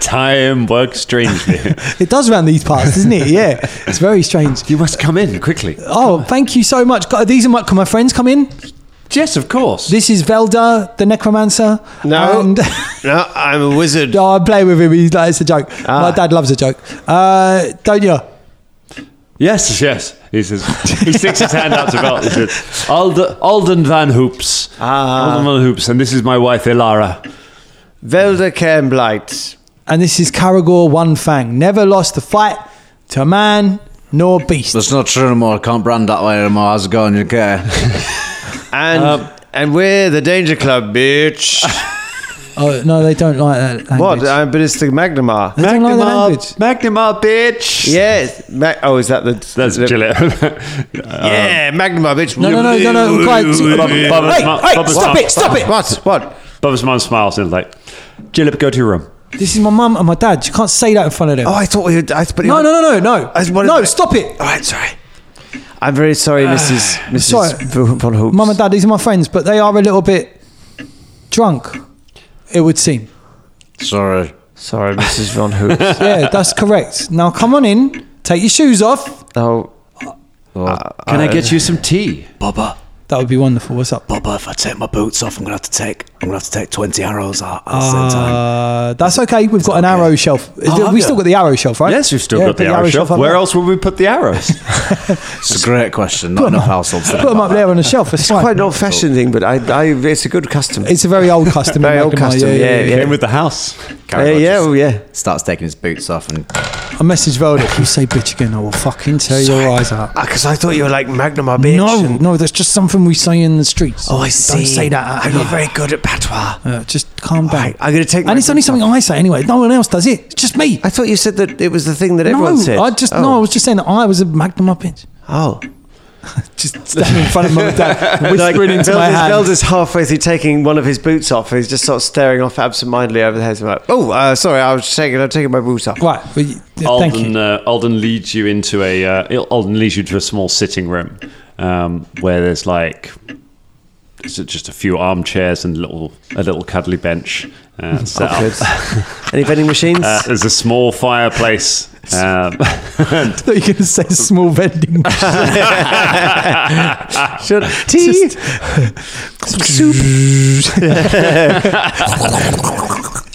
Time works strangely. it does around these parts, doesn't it? Yeah, it's very strange. you must come in quickly. Oh, thank you so much. God, These are my. Can my friends come in? Yes, of course. This is Velda, the necromancer. No. And, no, I'm a wizard. Ah. no, I play with him. He's like, it's a joke. My dad loves a joke. Uh, don't you? Yes, yes. He says he sticks his hand out to Val. He says, Ald- Alden Van Hoops. Ah. Alden Van Hoops, and this is my wife Elara. Velda Cairnblight. And this is Caragor One Fang. Never lost a fight to man nor beast. That's not true anymore. I can't brand that way anymore. How's it going? You care? And Uh, and we're the Danger Club, bitch. Oh no, they don't like that. Language. what? Uh, but it's the Magnamar. They don't like the language. Magnamar, bitch. yes. Ma- oh, is that the? That's the, Gillette. Yeah, Magnamar, bitch. No, no, no, no, no. Quiet. Bubba- Bubba's Hey, mum- hey, Bubba's stop mum- it, stop it. What? What? Bubba's mum smiles and is like, Gillip, go to your room. This is my mum and my dad. You can't say that in front of them. Oh, I thought we were. I, but no, no, no, no, I just no. wanted- No, stop it. All right, sorry. I'm very sorry, Mrs. Sorry. Mrs. Von- Von Hoops. Mum and dad, these are my friends, but they are a little bit drunk. It would seem. Sorry. Sorry, Mrs. Von Hoops. Yeah, that's correct. Now come on in. Take your shoes off. oh, Can I get you some tea? Bubba, That would be wonderful. What's up? Bubba, if I take my boots off, I'm gonna have to take I'm gonna have to take twenty arrows out at the same time. Oh, Uh, that's okay. We've got an arrow shelf. have we you? still got the arrow shelf, right? Yes, you've still Yeah, got the put arrow, shelf. up Where there. else would we put the arrows? It's a great question. Not enough households. think Put them about up there on the shelf. It's, fine. quite an old-fashioned thing, but I, I, it's a good custom. It's a very old custom. Very in old Magnemar, custom, yeah, yeah. Came with the house. Uh, yeah, oh, yeah. that. Starts taking his boots off and I message Velda. If you say bitch again, I will fucking tear your eyes out. Because I thought you were like Magnamar, bitch. No, no, that's just something we say in the streets. Oh, I see. Don't say that. out I'm not loud. very good at patois. Uh, just calm down. Right, I'm gonna take my And it's only boots something I say anyway. No one else does it. It's just me. I thought you said that it was the thing that everyone no, said. I just oh. no. I was just saying that I was a magnum up bitch. Oh, Just standing in front of mum and dad, whispering into my hand. Velda's is halfway through taking one of his boots off. He's just sort of staring off absentmindedly over the head. like, oh, uh, sorry, I was just taking, I'm taking my boots off. Right. Well, you, thank Alden, you. uh, Alden leads you into a uh, Il- Alden leads you to a small sitting room um, where there's like it's just a few armchairs and little a little cuddly bench uh, set up. Any vending machines? Uh, there's a small fireplace. Um, I thought you were going to say small vending. Should- tea? uh,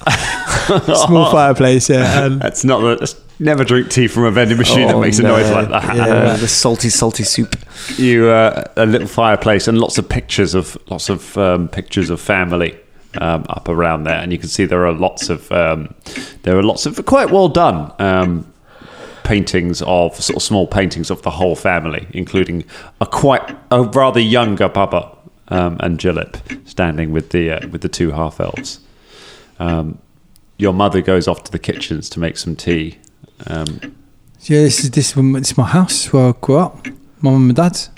small fireplace. Yeah. And that's not the, that's, never drink tea from a vending machine that makes a noise like that. Oh, Yeah, the salty, salty soup. You uh, a little fireplace and lots of pictures of lots of um, pictures of family. Um, up around there, and you can see there are lots of um, there are lots of quite well done um, paintings of sort of small paintings of the whole family, including a quite a rather younger Bubba um, and Gillip standing with the uh, with the two half elves. Um, your mother goes off to the kitchens to make some tea. Um, yeah, this is this. is- It's my house where I grew up. My mum and dad's.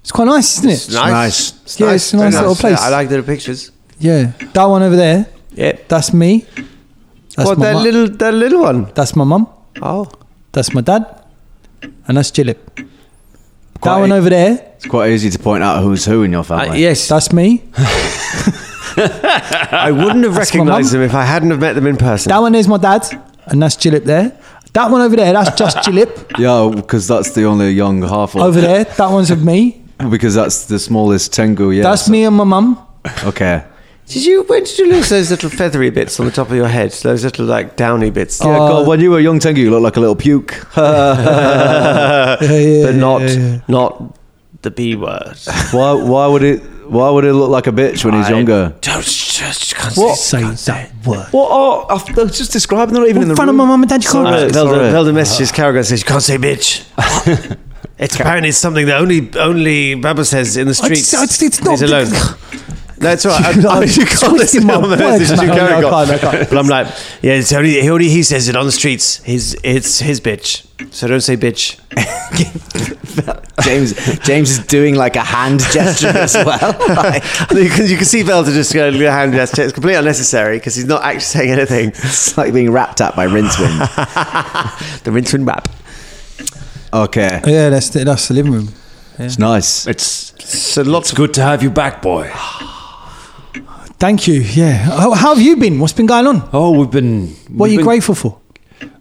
It's quite nice, isn't it? nice. Yeah, it's a nice very little place. Yeah, I like the little pictures. Yeah. That one over there. Yeah. That's me. That's What, my that mu- little, that little one? That's my mum. Oh. That's my dad. And that's Gillip. That Quite- one over there. it's quite easy to point out who's who in your family. yes. That's me. I wouldn't have That's my recognized mum. them if I hadn't have met them in person. That one is my dad. And that's Gillip there. That one over there. That's just Gillip. Yeah, because that's the only young half Over there. That one's of me. Because that's the smallest Tengu. Yeah. That's me Uh, and my mum. Okay. Did you? When did you lose those little feathery bits on the top of your head? Those little like downy bits. Yeah, Uh, God, when you were a young Tengu, you looked like a little puke. Yeah, yeah, but yeah, not yeah, yeah. not the B word. why? Why would it? Why would it look like a bitch when he's younger? Don't just can't Say that word. What? Oh, I was just describing. They're not even In front of my mum and dad, you can't. Velda, sorry. Velda Uh-huh. messages Carragher and says, "You can't say bitch." it's apparently it's something that only only Baba says in the streets. I just- it's not- He's alone. That's right. I, I, I'm you can't twisting listen to my all the words, messages you man. No, I Carragher. can't, I can't. But I'm like, yeah, it's only he, only he says it on the streets. He's it's his bitch. So don't say bitch. James. James is doing like a hand gesture as well. Like, you, can, you can see Velda just going to hand yes, it's completely unnecessary because he's not actually saying anything. it's like being wrapped up by rincewind. The rinse and wrap. Okay, Yeah, that's the, that's the living room. it's nice. it's So lots it's good to have you back, boy. Thank you. Yeah. How, how have you been? What's been going on? Oh, we've been. What are we've you been- grateful for?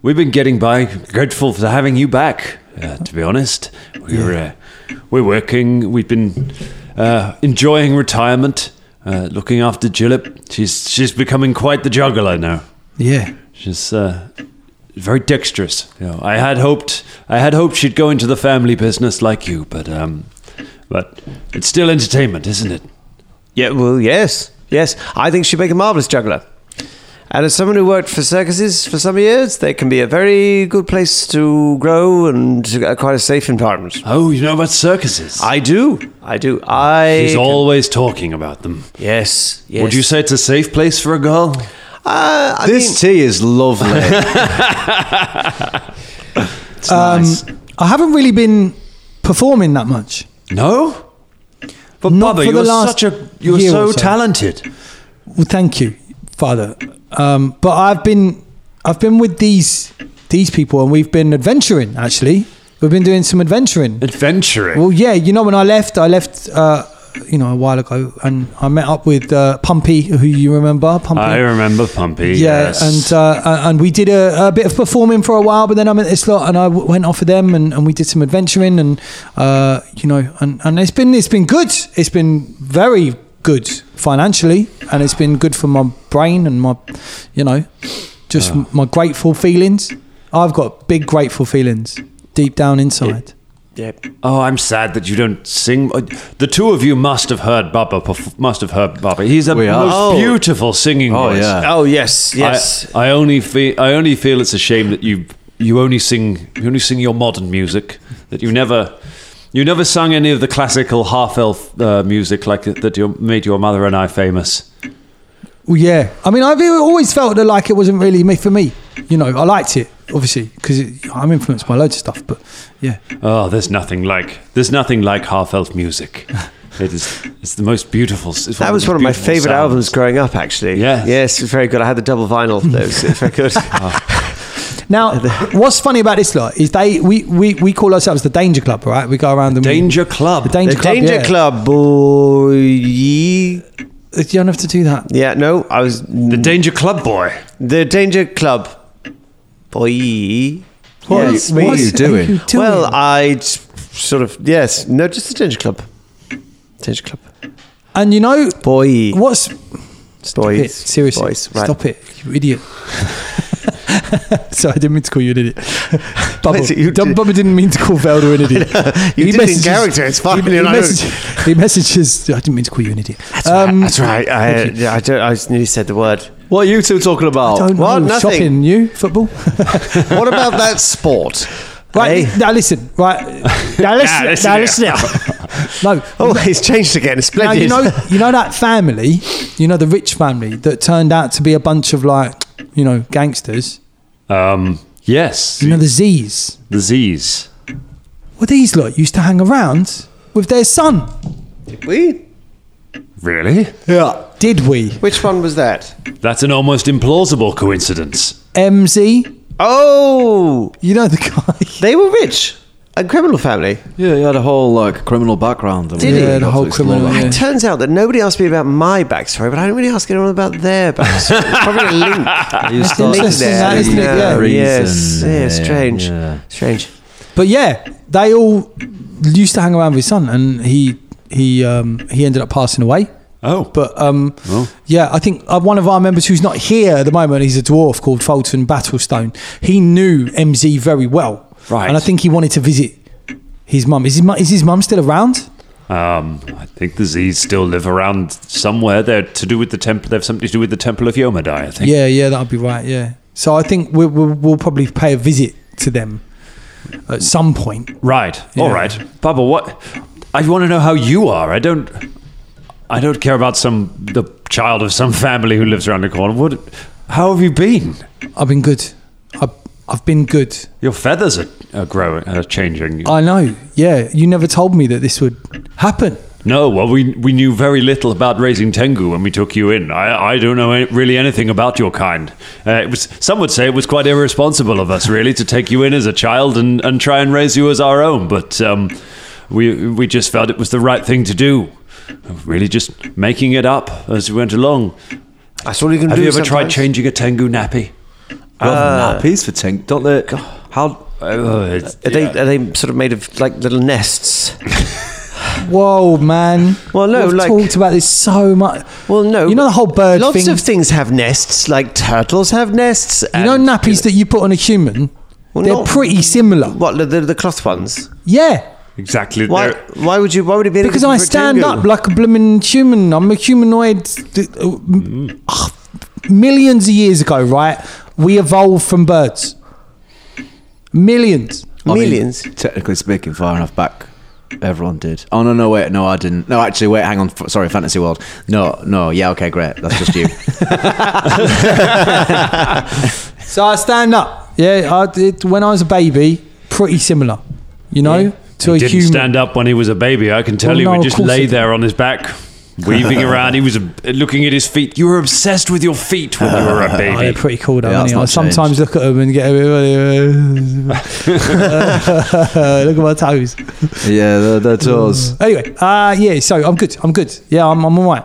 We've been getting by. Grateful for having you back. Uh, to be honest, we're uh, we're working. We've been uh, enjoying retirement. Uh, looking after Gillip. She's she's becoming quite the juggler now. Yeah. She's uh, very dexterous. You know, I had hoped, I had hoped she'd go into the family business like you, but um, but it's still entertainment, isn't it? Yeah, well, yes. Yes. I think she'd make a marvelous juggler. And as someone who worked for circuses for some years, they can be a very good place to grow and uh, quite a safe environment. Oh, you know about circuses? I do. I do. I. He's always talking about them. Yes. Yes. Would you say it's a safe place for a girl? Uh, I mean- This tea is lovely. Um, I haven't really been performing that much. No. But Not Bubba, for the you're last such a you're year so or so. talented. Well, thank you, Father. Um, but I've been I've been with these these people, and we've been adventuring. Actually, we've been doing some adventuring. Adventuring. Well, yeah, you know, when I left, I left. Uh, you know, a while ago, and I met up with uh, Pumpy, who you remember, Pumpy. I remember Pumpy. Yeah, yes. and uh, a- and we did a, a bit of performing for a while, but then I met this lot, and I w- went off with them, and, and we did some adventuring, and uh, you know, and, and it's been it's been good. It's been very good financially, and it's been good for my brain and my, you know, just my grateful feelings. I've got big grateful feelings deep down inside. uh, oh, I'm sad that you don't sing. Uh, The two of you must have heard Bubba. Perf- must have heard Bubba. He's a We are. most Oh. beautiful singing Oh, voice. yeah. Oh, yes. Yes. I, I only feel I only feel it's a shame that you you only sing you only sing your modern music that you never you never sung any of the classical half elf uh, music like that you made your mother and I famous. Well, yeah. I mean, I've always felt that like it wasn't really me for me. You know, I liked it obviously because I'm influenced by loads of stuff, but yeah. Oh, there's nothing like there's nothing like half elf music. It is it's the most beautiful. It's That was the one of my beautiful favorite sounds. albums growing up, actually. Yes. Yes, it's very good. I had the double vinyl of those, if I could. Now, what's funny about this lot is they we, we, we call ourselves the Danger Club, right? We go around and Danger we, Club. the Danger the Club. Danger yeah. Club, boy. Yeah, You don't have to do that. no, I was. the Danger Club boy. The Danger Club, boy. What, Yes, what are you doing? Well, I t- sort of, yes. No, just the Danger Club. Danger Club. and you know Boy. what's Boys. it, seriously? Boys, right. Stop it, you idiot! Sorry, I didn't mean to call you an idiot. Bubba, You Dum- did- Bubba didn't mean to call Velda an idiot. You He did in messages- character, it's fine, He, he, you know. messages, he messages. I didn't mean to call you an idiot. Um, Uh, That's right. I, yeah, I, don't, I just nearly said the word. what are you two talking about? Don't What? know. Nothing. Shopping, you football. What about that sport? Right Hey. now, listen. Right now, Ah, listen. now, listen. Now. no, Oh, he's changed again. It's now splendid. you know you know that family you know the rich family that turned out to be a bunch of like you know gangsters Um, yes, you know the z's the Z's. well these lot used to hang around with their son We? Really? did we Which one was that? That's an almost implausible coincidence. mz Oh, you know the guy they were rich. A criminal family. Yeah, he had a whole like criminal background. Did he? Yeah, the whole criminal, yeah. It turns out that nobody asked me about my backstory, but I don't really ask anyone about their backstory. It's Probably a link. That's interesting, that, isn't it? Yeah. Yes. Yeah, strange. Strange. but yeah they all used to hang around with his son and he he um he ended up passing away Oh, But um, Oh. yeah, I think uh, one of our members who's not here at the moment, he's a dwarf called Fulton Battlestone. He knew MZ very well, Right. And I think he wanted to visit his mum. Is his mum, is his mum still around? Um, I think the Z's still live around somewhere. They're to do with the temple. They have something to do with the temple of Yomadai, I think. Yeah, yeah, that'll be right. Yeah. So I think we'll, we'll, we'll probably pay a visit to them at some point. Right. Yeah. All right, Bubba. What? I want to know how you are. I don't. I don't care about some the child of some family who lives around the corner. What? How have you been? I've been good. I've, I've been good. Your feathers are, are growing, are changing. I know. Yeah, you never told me that this would happen. no, well, we we knew very little about raising Tengu when we took you in. I, I don't know any, really anything about your kind. Uh, it was some would say it was quite irresponsible of us really to take you in as a child and, and try and raise you as our own. But um, we we just felt it was the right thing to do. Really, just making it up as we went along. That's all you can Have do. you ever tried sometimes. changing a Tengu nappy? Uh, Rather than nappies for Tink, don't they? How? Oh, it's, Are they, are they sort of made of like little nests? Whoa, man. Well, no, We've like- talked about this so much. Well, no. You know the whole bird Lots Uh, thing? of things have nests, like turtles have nests. You know nappies that you put on a human? Well, They're not- pretty similar. What the, the, the cloth ones? Yeah. Exactly. Why? They're- Why would you? Why would it be? Because I stand rectangular? up like a blooming human. I'm a humanoid. th- uh, m- ugh, Millions of years ago, right? We evolved from birds. Millions. I mean, Millions. technically speaking, far enough back, everyone did. Oh no, no, wait, no, I didn't. No, actually, wait, hang on. F- Sorry, Fantasy World. No, no, yeah, okay, great. That's just you. So I stand up. Yeah, I did when I was a baby, pretty similar, you know, to a He didn't human. stand up when he was a baby. I can tell Well, you, no, he of just course lay he- there on his back, weaving around. He was uh, looking at his feet. You were obsessed with your feet when you were a Oh, they're baby. pretty cool, though. Yeah, aren't that's they? I not sometimes look at them and get a bit. uh, look at my toes. yeah, they're, they're toes. Anyway, uh, yeah. So I'm good. I'm good. Yeah, I'm. I'm alright.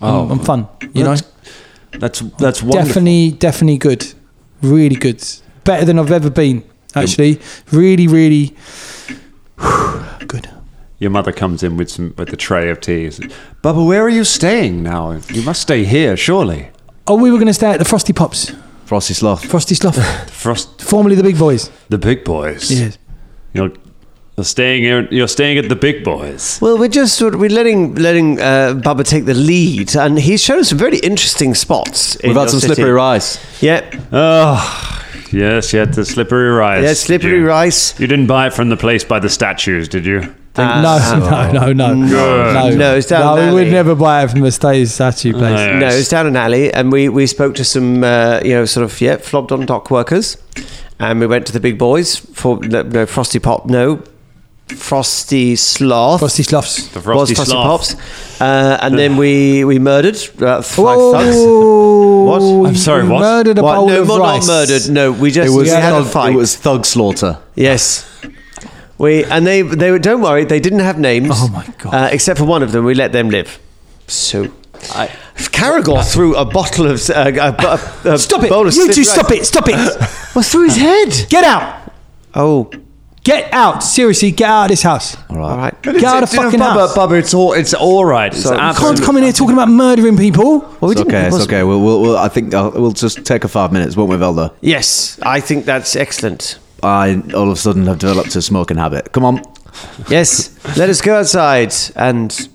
Oh, I'm, I'm fun. You know, That's that's wonderful. definitely, definitely good. Really good. Better than I've ever been. Actually, really, really good. Your mother comes in with some with a tray of tea. Says, Bubba, where are you staying now? You must stay here, surely. Oh, we were going to stay at the Frosty Pops, Frosty sloth. Frosty Sloth, Frost, formerly the Big Boys. the big boys. Yes. You're, you're staying here. You're staying at the big boys. Well, we're just sort of, we're letting letting uh, Baba take the lead, and he's shown us some very interesting spots. in We've your had some city. slippery rice. Yeah, Oh, yes, you had the slippery rice. yeah, did slippery you? rice. You didn't buy it from the place by the statues, did you? no, no, no, no, Ah. no, Good. No, it's No, down we an would alley. never buy it from a state statue place. No. No, Yes. it's down an alley, and we, we spoke to some, uh, you know, sort of, yeah, flobbed on dock workers. And we went to the big boys for no, no Frosty Pop, no Frosty Sloth. Frosty Sloughs. The frosty was Frosty sloth. Pops. Uh, and then we, we murdered uh, five thugs. Whoa! What? I'm sorry, Oh. what? Murdered a What? bowl No, of not rice. murdered. No, we just It was we had a thug, fight. It was thug slaughter. Yes. We and they they were, don't worry they didn't have names. Oh my God. Uh, except for one of them, we let them live. So. Carrigal threw a bottle of uh, a, a, a Stop it! bowl of You two, stiff stop rice- it! Stop it! Well, through his head. Get out! Oh, Get out! Seriously, get out of this house. all right. Get out of fucking house. Bubba, it's all, it's all right. It's So- You absolute- can't come in here talking about murdering people. Well, we It's didn't- okay, it it's wasn't- okay. We'll, we'll, we'll, I think uh, we'll just take a five minutes, won't we, Velda? Yes, I think that's excellent. I all of a sudden have developed a smoking habit. Come on, Yes, let us go outside and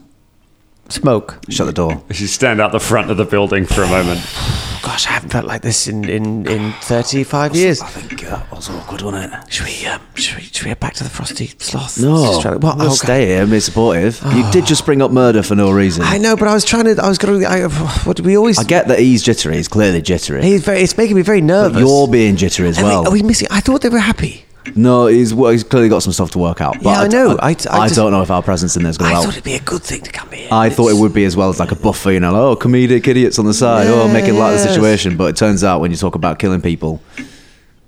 smoke. shut the door. You stand out the front of the building for a moment. Oh, gosh, I haven't felt like this in in in thirty five years. think uh, that was awkward, wasn't it? Should we um, should we should we head back to the frosty sloth? No, Just try- Well, we'll okay. stay here and be supportive. You did just bring up murder for no reason. I I, know, but I was trying to. I was going to. I, what do we always? get that he's jittery. He's clearly jittery. He's very, it's making me very nervous. but you're being jittery as Are we- well. Are we, missing? I thought they were happy. no, he's well, he's clearly got some stuff to work out. But Yeah, I know. I- I just- don't know if our presence in there is going I to help. thought it'd be a good thing to come here. I thought it would be as well as like a buffer, you know, like, oh, comedic idiots on the side, oh, making light of the Yes. situation. But it turns out when you talk about killing people,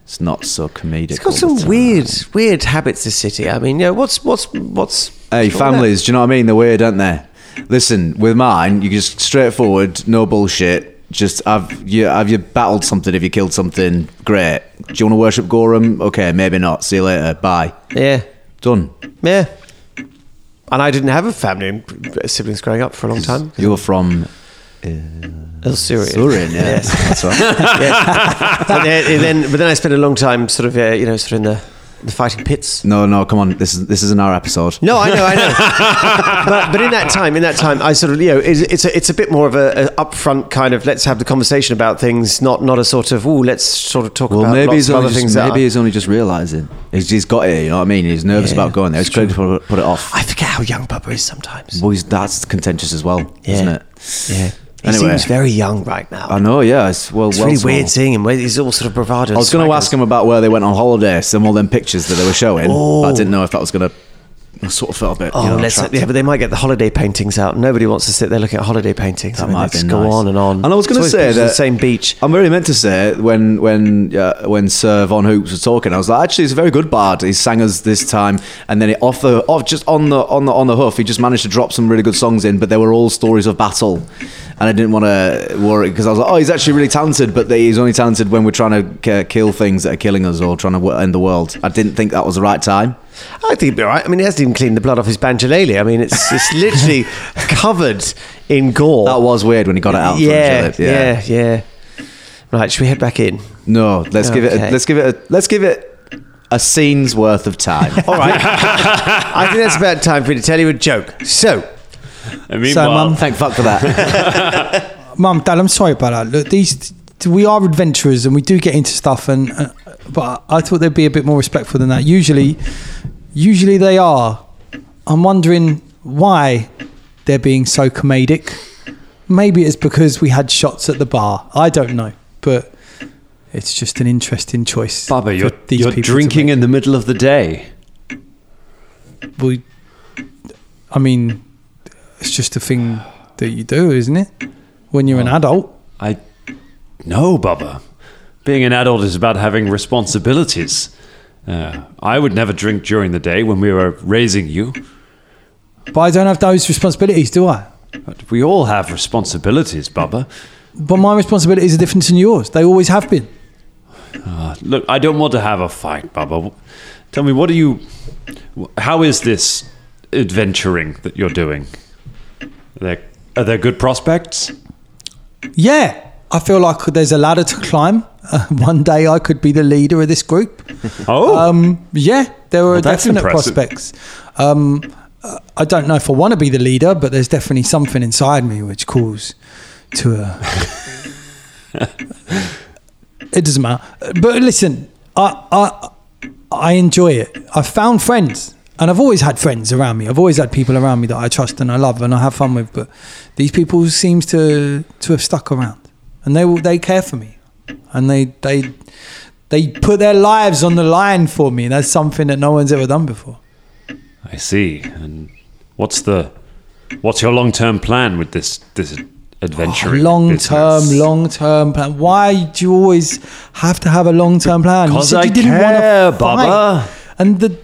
it's not so comedic. It's got all the some time. weird, weird habits. This city. I mean, yeah. What's what's what's? Hey, what's all that? families, do you know what I mean? They're weird, aren't they? Listen, with mine, you just straightforward, no bullshit. Just have you have you battled something? Have you killed something? Great. Do you want to worship Gorum? Okay, maybe not. See you later. Bye. Yeah, Done. yeah. And I didn't have a family and siblings growing up for a long time. You're from It was serious. Turin, yeah. That's right. But then, and then- but then I spent a long time sort of, uh, you know, sort of in the, the fighting pits. No, no, come on. This is this isn't our episode. No, I know, I know. but, but in that time, in that time, I sort of, you know, it's, it's, a, it's a bit more of a, a upfront kind of let's have the conversation about things, not not a sort of, oh, let's sort of talk Well, about maybe lots he's of only other just, things. that maybe are- he's only just realizing he's, he's got it. You know what I mean? He's nervous about going there. He's trying to put put it off. I forget how young Bubba is sometimes. Well, he's, that's contentious as well, Yeah. isn't it? Yeah. He Anyway. seems very young right now. I know. Yeah. It's well, it's well really small. weird seeing him. where He's all sort of bravado. I was going to ask him about where they went on holiday, some all them pictures that they were showing. But I didn't know if that was going to. I sort of felt a bit. Oh, you know, let's, trapped. yeah, but they might get the holiday paintings out. Nobody wants to sit there looking at holiday paintings. I mean, might they have just been go nice. on and on. And I was It's gonna always say pictures of the that- same beach. I'm really meant to say it, when when uh, when Sir Von Hoops was talking, I was like, actually, he's a very good bard. He sang us this time, and then it off the off just on the on the on the hoof, he just managed to drop some really good songs in, but they were all stories of battle, and I didn't want to worry because I was like, oh, he's actually really talented, but they- he's only talented when we're trying to uh, kill things that are killing us or trying to w- end the world. I didn't think that was the right time. I think it'd be all right. I mean, he hasn't even cleaned the blood off his banjolele. I mean, it's it's literally covered in gore. That was weird when he got it out. yeah, from yeah, yeah. Right, should we head back in? No, let's give it. Okay. A, let's give it. A, let's give it a scene's worth of time. All right. I think that's about time for me to tell you a joke. So, And meanwhile, So, mum, Thank fuck for that. Mum, Dad, I'm sorry about that. Look, these we are adventurers and we do get into stuff, and uh, but I thought they'd be a bit more respectful than that. Usually, usually they are. I'm wondering why they're being so comedic. Maybe it's because we had shots at the bar. I don't know, but it's just an interesting choice. for Bubba, you're, these you're people to drinking make. in the middle of the day. We, I mean, it's just a thing that you do, isn't it? When you're an adult. I no, Bubba. Being an adult is about having responsibilities. Uh, I would never drink during the day when we were raising you. But I don't have those responsibilities, do I? But we all have responsibilities, Bubba. But my responsibilities are different than yours. They always have been. Look, I don't want to have a fight, Bubba. Tell me, what are you? wh- How is this adventuring that you're doing? Are there, are there good prospects? Yeah, I feel like there's a ladder to climb. Uh, one day I could be the leader of this group. Oh, Um, yeah, there are that's definite impressive. prospects. Um, uh, I don't know if I want to be the leader, but there's definitely something inside me which calls to a. it doesn't matter. But listen, I, I I enjoy it. I've found friends, and I've always had friends around me. I've always had people around me that I trust and I love and I have fun with. But these people seems to to have stuck around, and they will they care for me, and they they they put their lives on the line for me. That's something that no one's ever done before. I see. And what's the what's your long term plan with this this adventure? Long term, long term plan. Why do you always have to have a long term plan? You Because said I you didn't wanna care, fight. Baba. And the,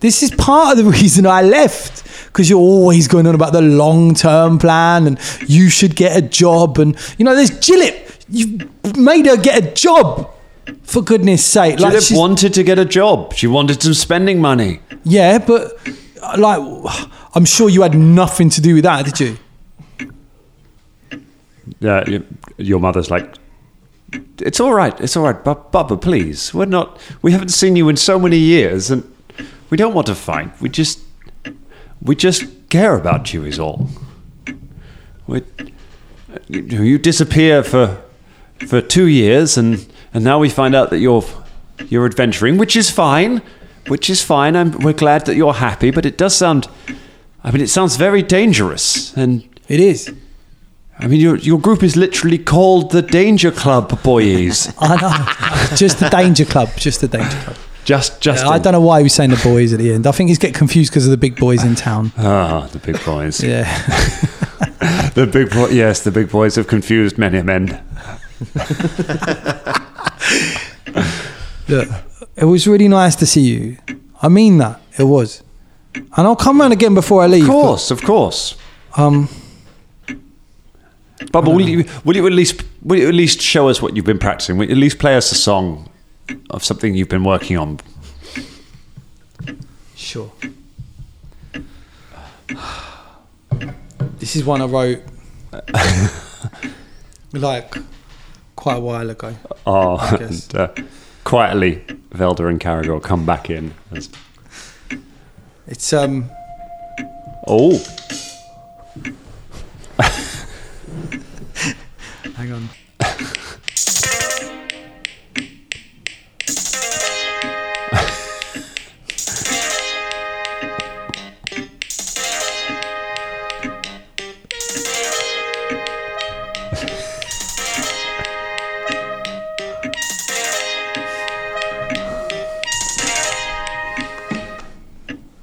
this is part of the reason I left because you're always going on about the long term plan and you should get a job. And you know, there's Gillip. You made her get a job. For goodness sake, like Judith she's- wanted to get a job. She wanted some spending money. yeah, but uh, like, I'm sure you had nothing to do with that, did you? Yeah, y- your mother's like, it's all right, it's all right, Bu- Bubba, please. We're not, we haven't seen you in so many years, and we don't want to fight. We just, we just care about you, is all. We, you, you disappear for, for two years, and and now we find out that you're, you're adventuring, which is fine, which is fine. I'm, we're glad that you're happy, but it does sound, I mean, it sounds very dangerous, and It is. I mean, your, your group is literally called the Danger Club Boys. I know. just the danger club. Just the danger club. just, just. I don't know why he was saying the boys at the end. I think he's get confused because of the big boys in town. Ah, the big boys. Yeah. The big boy. Yes, the big boys have confused many men. Look, it was really nice to see you. I mean that. It was. And I'll come round again before I leave. Of course, of course. but, um, Bubba, will you, will you at least, will you at least show us what you've been practicing? Will you at least play us a song of something you've been working on? sure. This is one I wrote like quite a while ago. Oh, guess. and, uh, quietly, Velda and Caragor come back in. As- It's um. Oh, Hang on.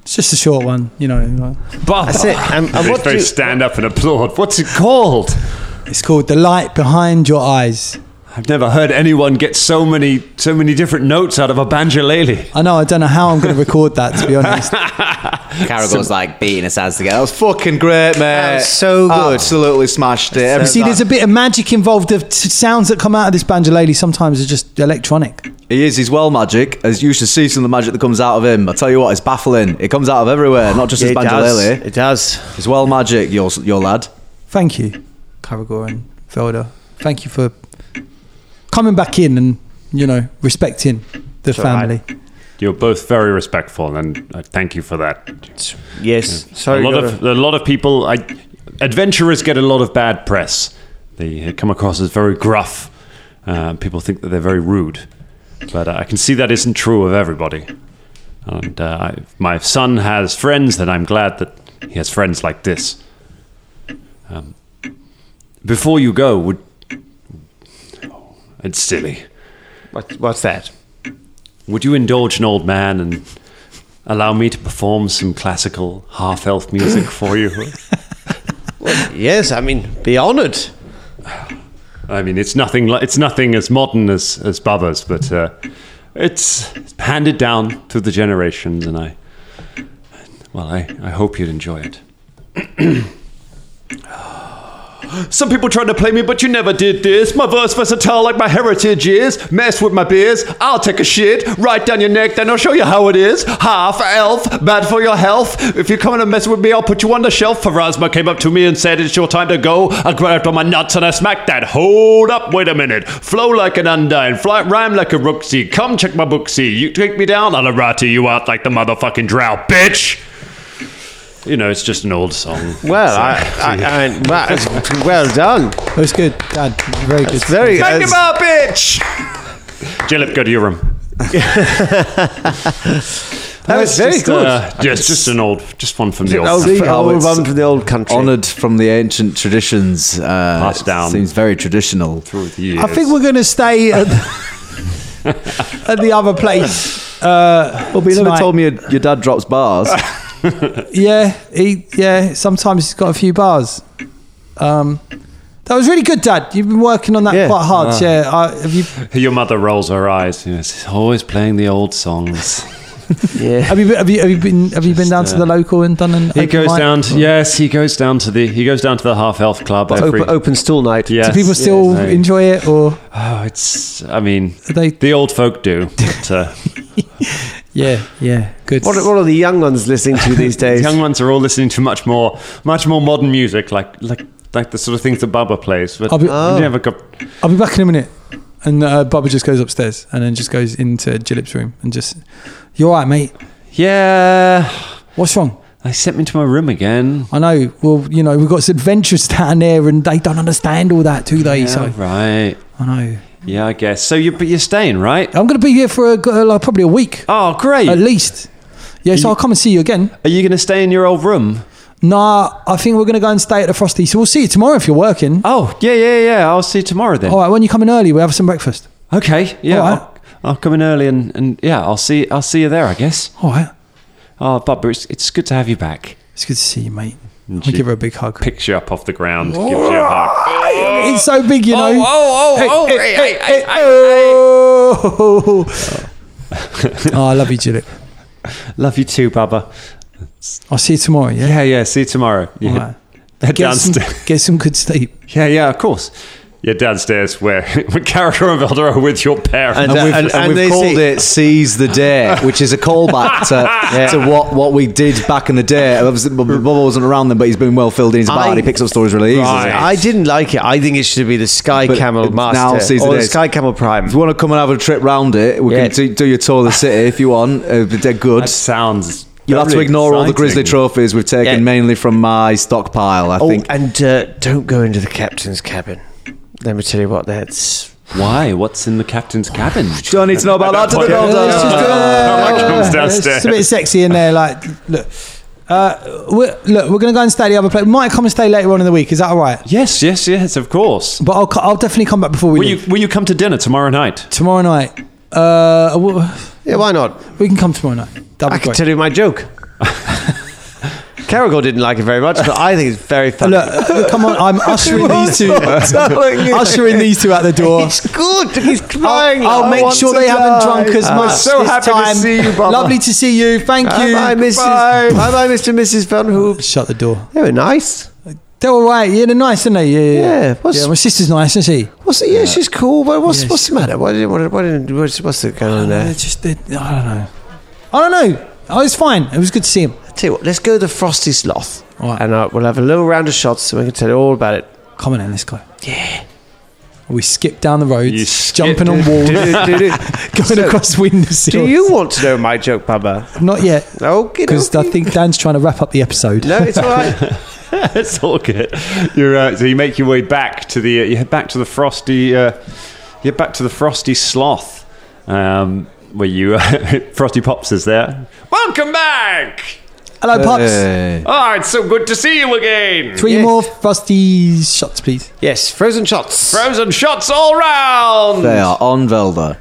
It's just a short one, you know. like- Bubba! that's it. And, and They what do both you- stand up and applaud. What's it called? It's called The Light Behind Your Eyes. I've never heard anyone get so many so many different notes out of a banjolele. I know. I don't know how I'm going to record that. To be honest, Carragher's like beating his hands together. That was fucking great, mate. was so good. Absolutely smashed it. Every you see, there's a bit of magic involved. Of t- sounds that come out of this banjolele sometimes are just electronic. He is. He's well magic. As you should see some of the magic that comes out of him. I tell you what, it's baffling. It comes out of everywhere, not just his it does. banjolele. eh? It does. It's well magic, your your lad. Thank you, Caragor and Felder. Thank you for coming back in and you know respecting the family. You're both very respectful, and I thank you for that. Yes. A Sorry. lot gotta- of a lot of people, I, adventurers get a lot of bad press. They come across as very gruff. Uh, people think that they're very rude, but uh, I can see that isn't true of everybody. And uh, I, if my son has friends, then I'm glad that he has friends like this. Um, before you go, would it's silly. What, what's that? Would you indulge an old man and allow me to perform some classical half elf music for you? Yes, I mean, be honoured. I mean, it's nothing. Like, it's nothing as modern as as Bubba's, but uh, it's handed down through the generations, and I. Well, I, I hope you'd enjoy it. Some people tried to play me, but you never did this. My verse versatile like my heritage is. Mess with my beers, I'll take a shit right down your neck, then I'll show you how it is. Half elf, bad for your health. If you come in and mess with me, I'll put you on the shelf. Farazma came up to me and said, It's your time to go. I grabbed on my nuts and I smacked that. Hold up, wait a minute. Flow like an undine, fly, rhyme like a rooksy. Come check my booksy. You take me down, I'll rat you out like the motherfucking drought, bitch. You know, it's just an old song. Well, I, I, I mean, well, it's- well done. It was good, Dad. Very good. Very Bang him it's- up, bitch! Jillip, go to your room. That was very just, good. uh, just, just an old, just one from the old. old, see old, how it's one from the old country. Honoured from the ancient traditions. Uh, Passed down. Seems very traditional. I think we're going to stay at the, at the other place. Uh, Well, but you never tonight. told me your, your dad drops bars. Yeah, he, yeah. Sometimes he's got a few bars. Um, that was really good, Dad. You've been working on that Yeah. quite hard. yeah, I, have you? Your mother rolls her eyes. You know, she's always playing the old songs. Have you? Have you? Have you been? Have you been down to the local and done an? he open goes mic? down. To, yes, he goes down to the. He goes down to the half elf club every. Open, open stool night. yes. Do people still yes. enjoy it, or Oh, it's. I mean, are they? the old folk do. But, uh, Yeah, yeah. Good. What, are- what are the young ones listening to these the days? young ones are all listening to much more, much more modern music, like like like the sort of things that Bubba plays. But I'll be- you never got. I'll be back in a minute. And uh, Bubba just goes upstairs and then just goes into Jillip's room and just, you're right, mate. Yeah, What's wrong? they sent me to my room again. I know. Well, you know, we've got some adventures down there, and they don't understand all that, do they? Yeah, So right. I know. Yeah, I guess. So you but you're staying, right? I'm going to be here for a, go- like probably a week Oh, great. at least. Yeah, so I'll come and see you again. Are you going to stay in your old room? Nah, I think we're going to go and stay at the Frosty. So we'll see you tomorrow if you're working. Oh, yeah, yeah, yeah. I'll see you tomorrow then. All right, when you come in early, we have some breakfast. Okay. Yeah. Oh, All right. I'll, I'll come in early and, and yeah, I'll see I'll see you there, I guess. All right, Oh, Bob, it's, it's good to have you back. it's good to see you, mate. I'll give her a big hug. Picks you up off the ground, gives you a hug. It's so big, you know. oh, Hey, oh, hey, hey, hey, hey, hey, oh. Oh, I love you, Jillip. Love you too, Bubba. I'll see you tomorrow. Yeah. Yeah, yeah. See you tomorrow. Yeah. All right. Head Get some, downstairs. get some good sleep. Yeah, yeah. Of course. Yeah, downstairs where where Carragher and Velder are with your parents. And, we've, and and we've they called say- it "Seize the Day," which is a callback to, to what, what we did back in the day. Obviously, Bub- Bubba wasn't around then, but he's been well filled in his bar. and He picks up stories really easily. I didn't like it. I think it should be the Sky But Camel it's now Master season or the eight. Sky Camel Prime. If you want to come and have a trip round it, we Yeah. can do, do your tour of the city if you want. Uh, they're good. that sounds. You'll have to very ignore all the exciting. Grizzly trophies we've taken Yeah. mainly from my stockpile. I Oh, think and uh, don't go into the captain's cabin. Let me tell you what that's. Why? What's in the captain's cabin? do I need to know about that? To the Yeah. builder? It's just, Mike comes uh, it's downstairs. just a bit sexy in there. Like, look, uh, we're, look, we're going to go and stay at the other place. Might come and stay later on in the week. Is that all right? Yes, yes, yes. Of course. But I'll, co- I'll definitely come back before we Will leave you will you come to dinner tomorrow night? tomorrow night. Uh, w- Yeah, why not? we can come tomorrow night. That'd I be can great. tell you my joke. Caragor didn't like it very much, but I think it's very funny. Look, look, come on, I'm ushering these two, ushering these two out the door. It's good. He's crying. Oh, I'll, I'll make sure they haven't drunk as much. so this happy to time. see you, Bubba. Lovely to see you. Thank you. Bye, Mrs. Bye, bye, Mr. and Mrs. Van Hoop. Shut the door. They were nice. They're all right. Yeah, they're nice, aren't they? Yeah, yeah. Yeah, what's- yeah my sister's nice, isn't she? What's the, yeah, she's cool. But what's Yes. what's the matter? Why didn't what, what didn't what's, what's the going on They're there? just, they're, I don't know. I don't know. Oh, it's fine. It was good to see him. Tell you what, let's go to the Frosty Sloth, All right. and uh, we'll have a little round of shots, so we can tell you all about it. Come on in, let's go. Yeah. We skip down the roads, jumping on Do- walls, do- do- do- going across windowsills. Do you want to know my joke, Bubba? Not yet, Okay, because I think Dan's trying to wrap up the episode. no, it's all right. it's all good. You're uh, so you make your way back to the uh, you head back to the frosty uh, you head back to the frosty sloth um, where you uh, frosty pops is there. Welcome back. Hello, Pops. Hey. Oh, it's so good to see you again. Three more frosty shots, please. yes, frozen shots. Frozen shots all round. They are on Velda.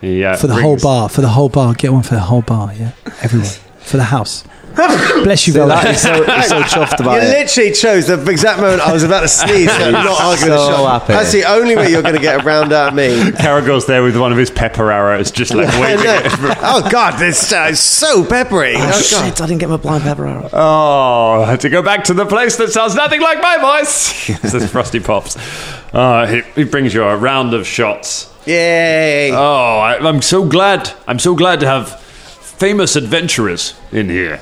Yeah, For the whole bar, for the whole bar. Get one for the whole bar, yeah? Everyone. For the house. Bless you, Velda. He's so, he's so chuffed You about it. literally chose the exact moment I was about to sneeze. so I'm not arguing a So shot. happy. That's the only way you're going to get a round out of me. Caragor's there with one of his pepper arrows, just like I waving it. know. oh God, this uh, is so peppery. Oh, God. Shit, I didn't get my blind pepper arrow. Oh, I had to go back to the place that sounds nothing like my voice. says Frosty Pops. Uh, he, he brings you a round of shots. Yay! Oh, I, I'm so glad. I'm so glad to have famous adventurers in here.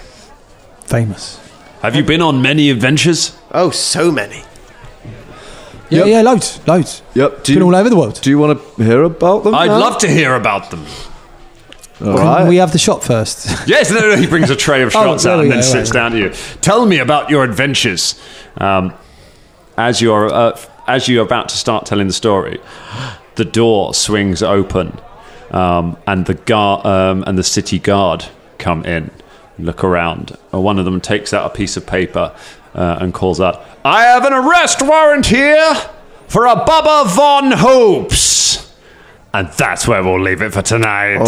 Famous. Have you been on many adventures? Oh, so many. Yeah, yeah, loads, loads. Yep. Do Been all you, over the world. do you want to hear about them? I'd now? love to hear about them. Can All right. we have the shot first? Yes, no, no, he brings a tray of Oh, shots there out we and then go, sits right. down to you. Tell me about your adventures. Um, as you're uh, as you're about to start telling the story, the door swings open, um, and the guard um, and the city guard come in, look around. Uh, One of them takes out a piece of paper uh, and calls out, "I have an arrest warrant here for a Bubba von Hoops." And that's where we'll leave it for tonight.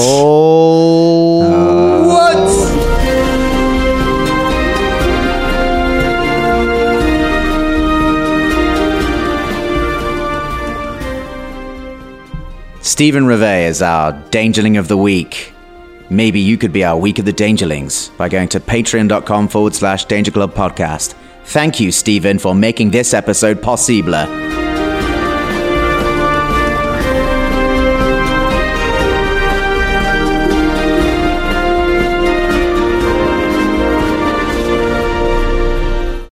Stephen Revere is our Dangerling of the Week. Maybe you could be our Week of the Dangerlings by going to patreon.com forward slash Danger Club Podcast. Thank you, Stephen, for making this episode possible.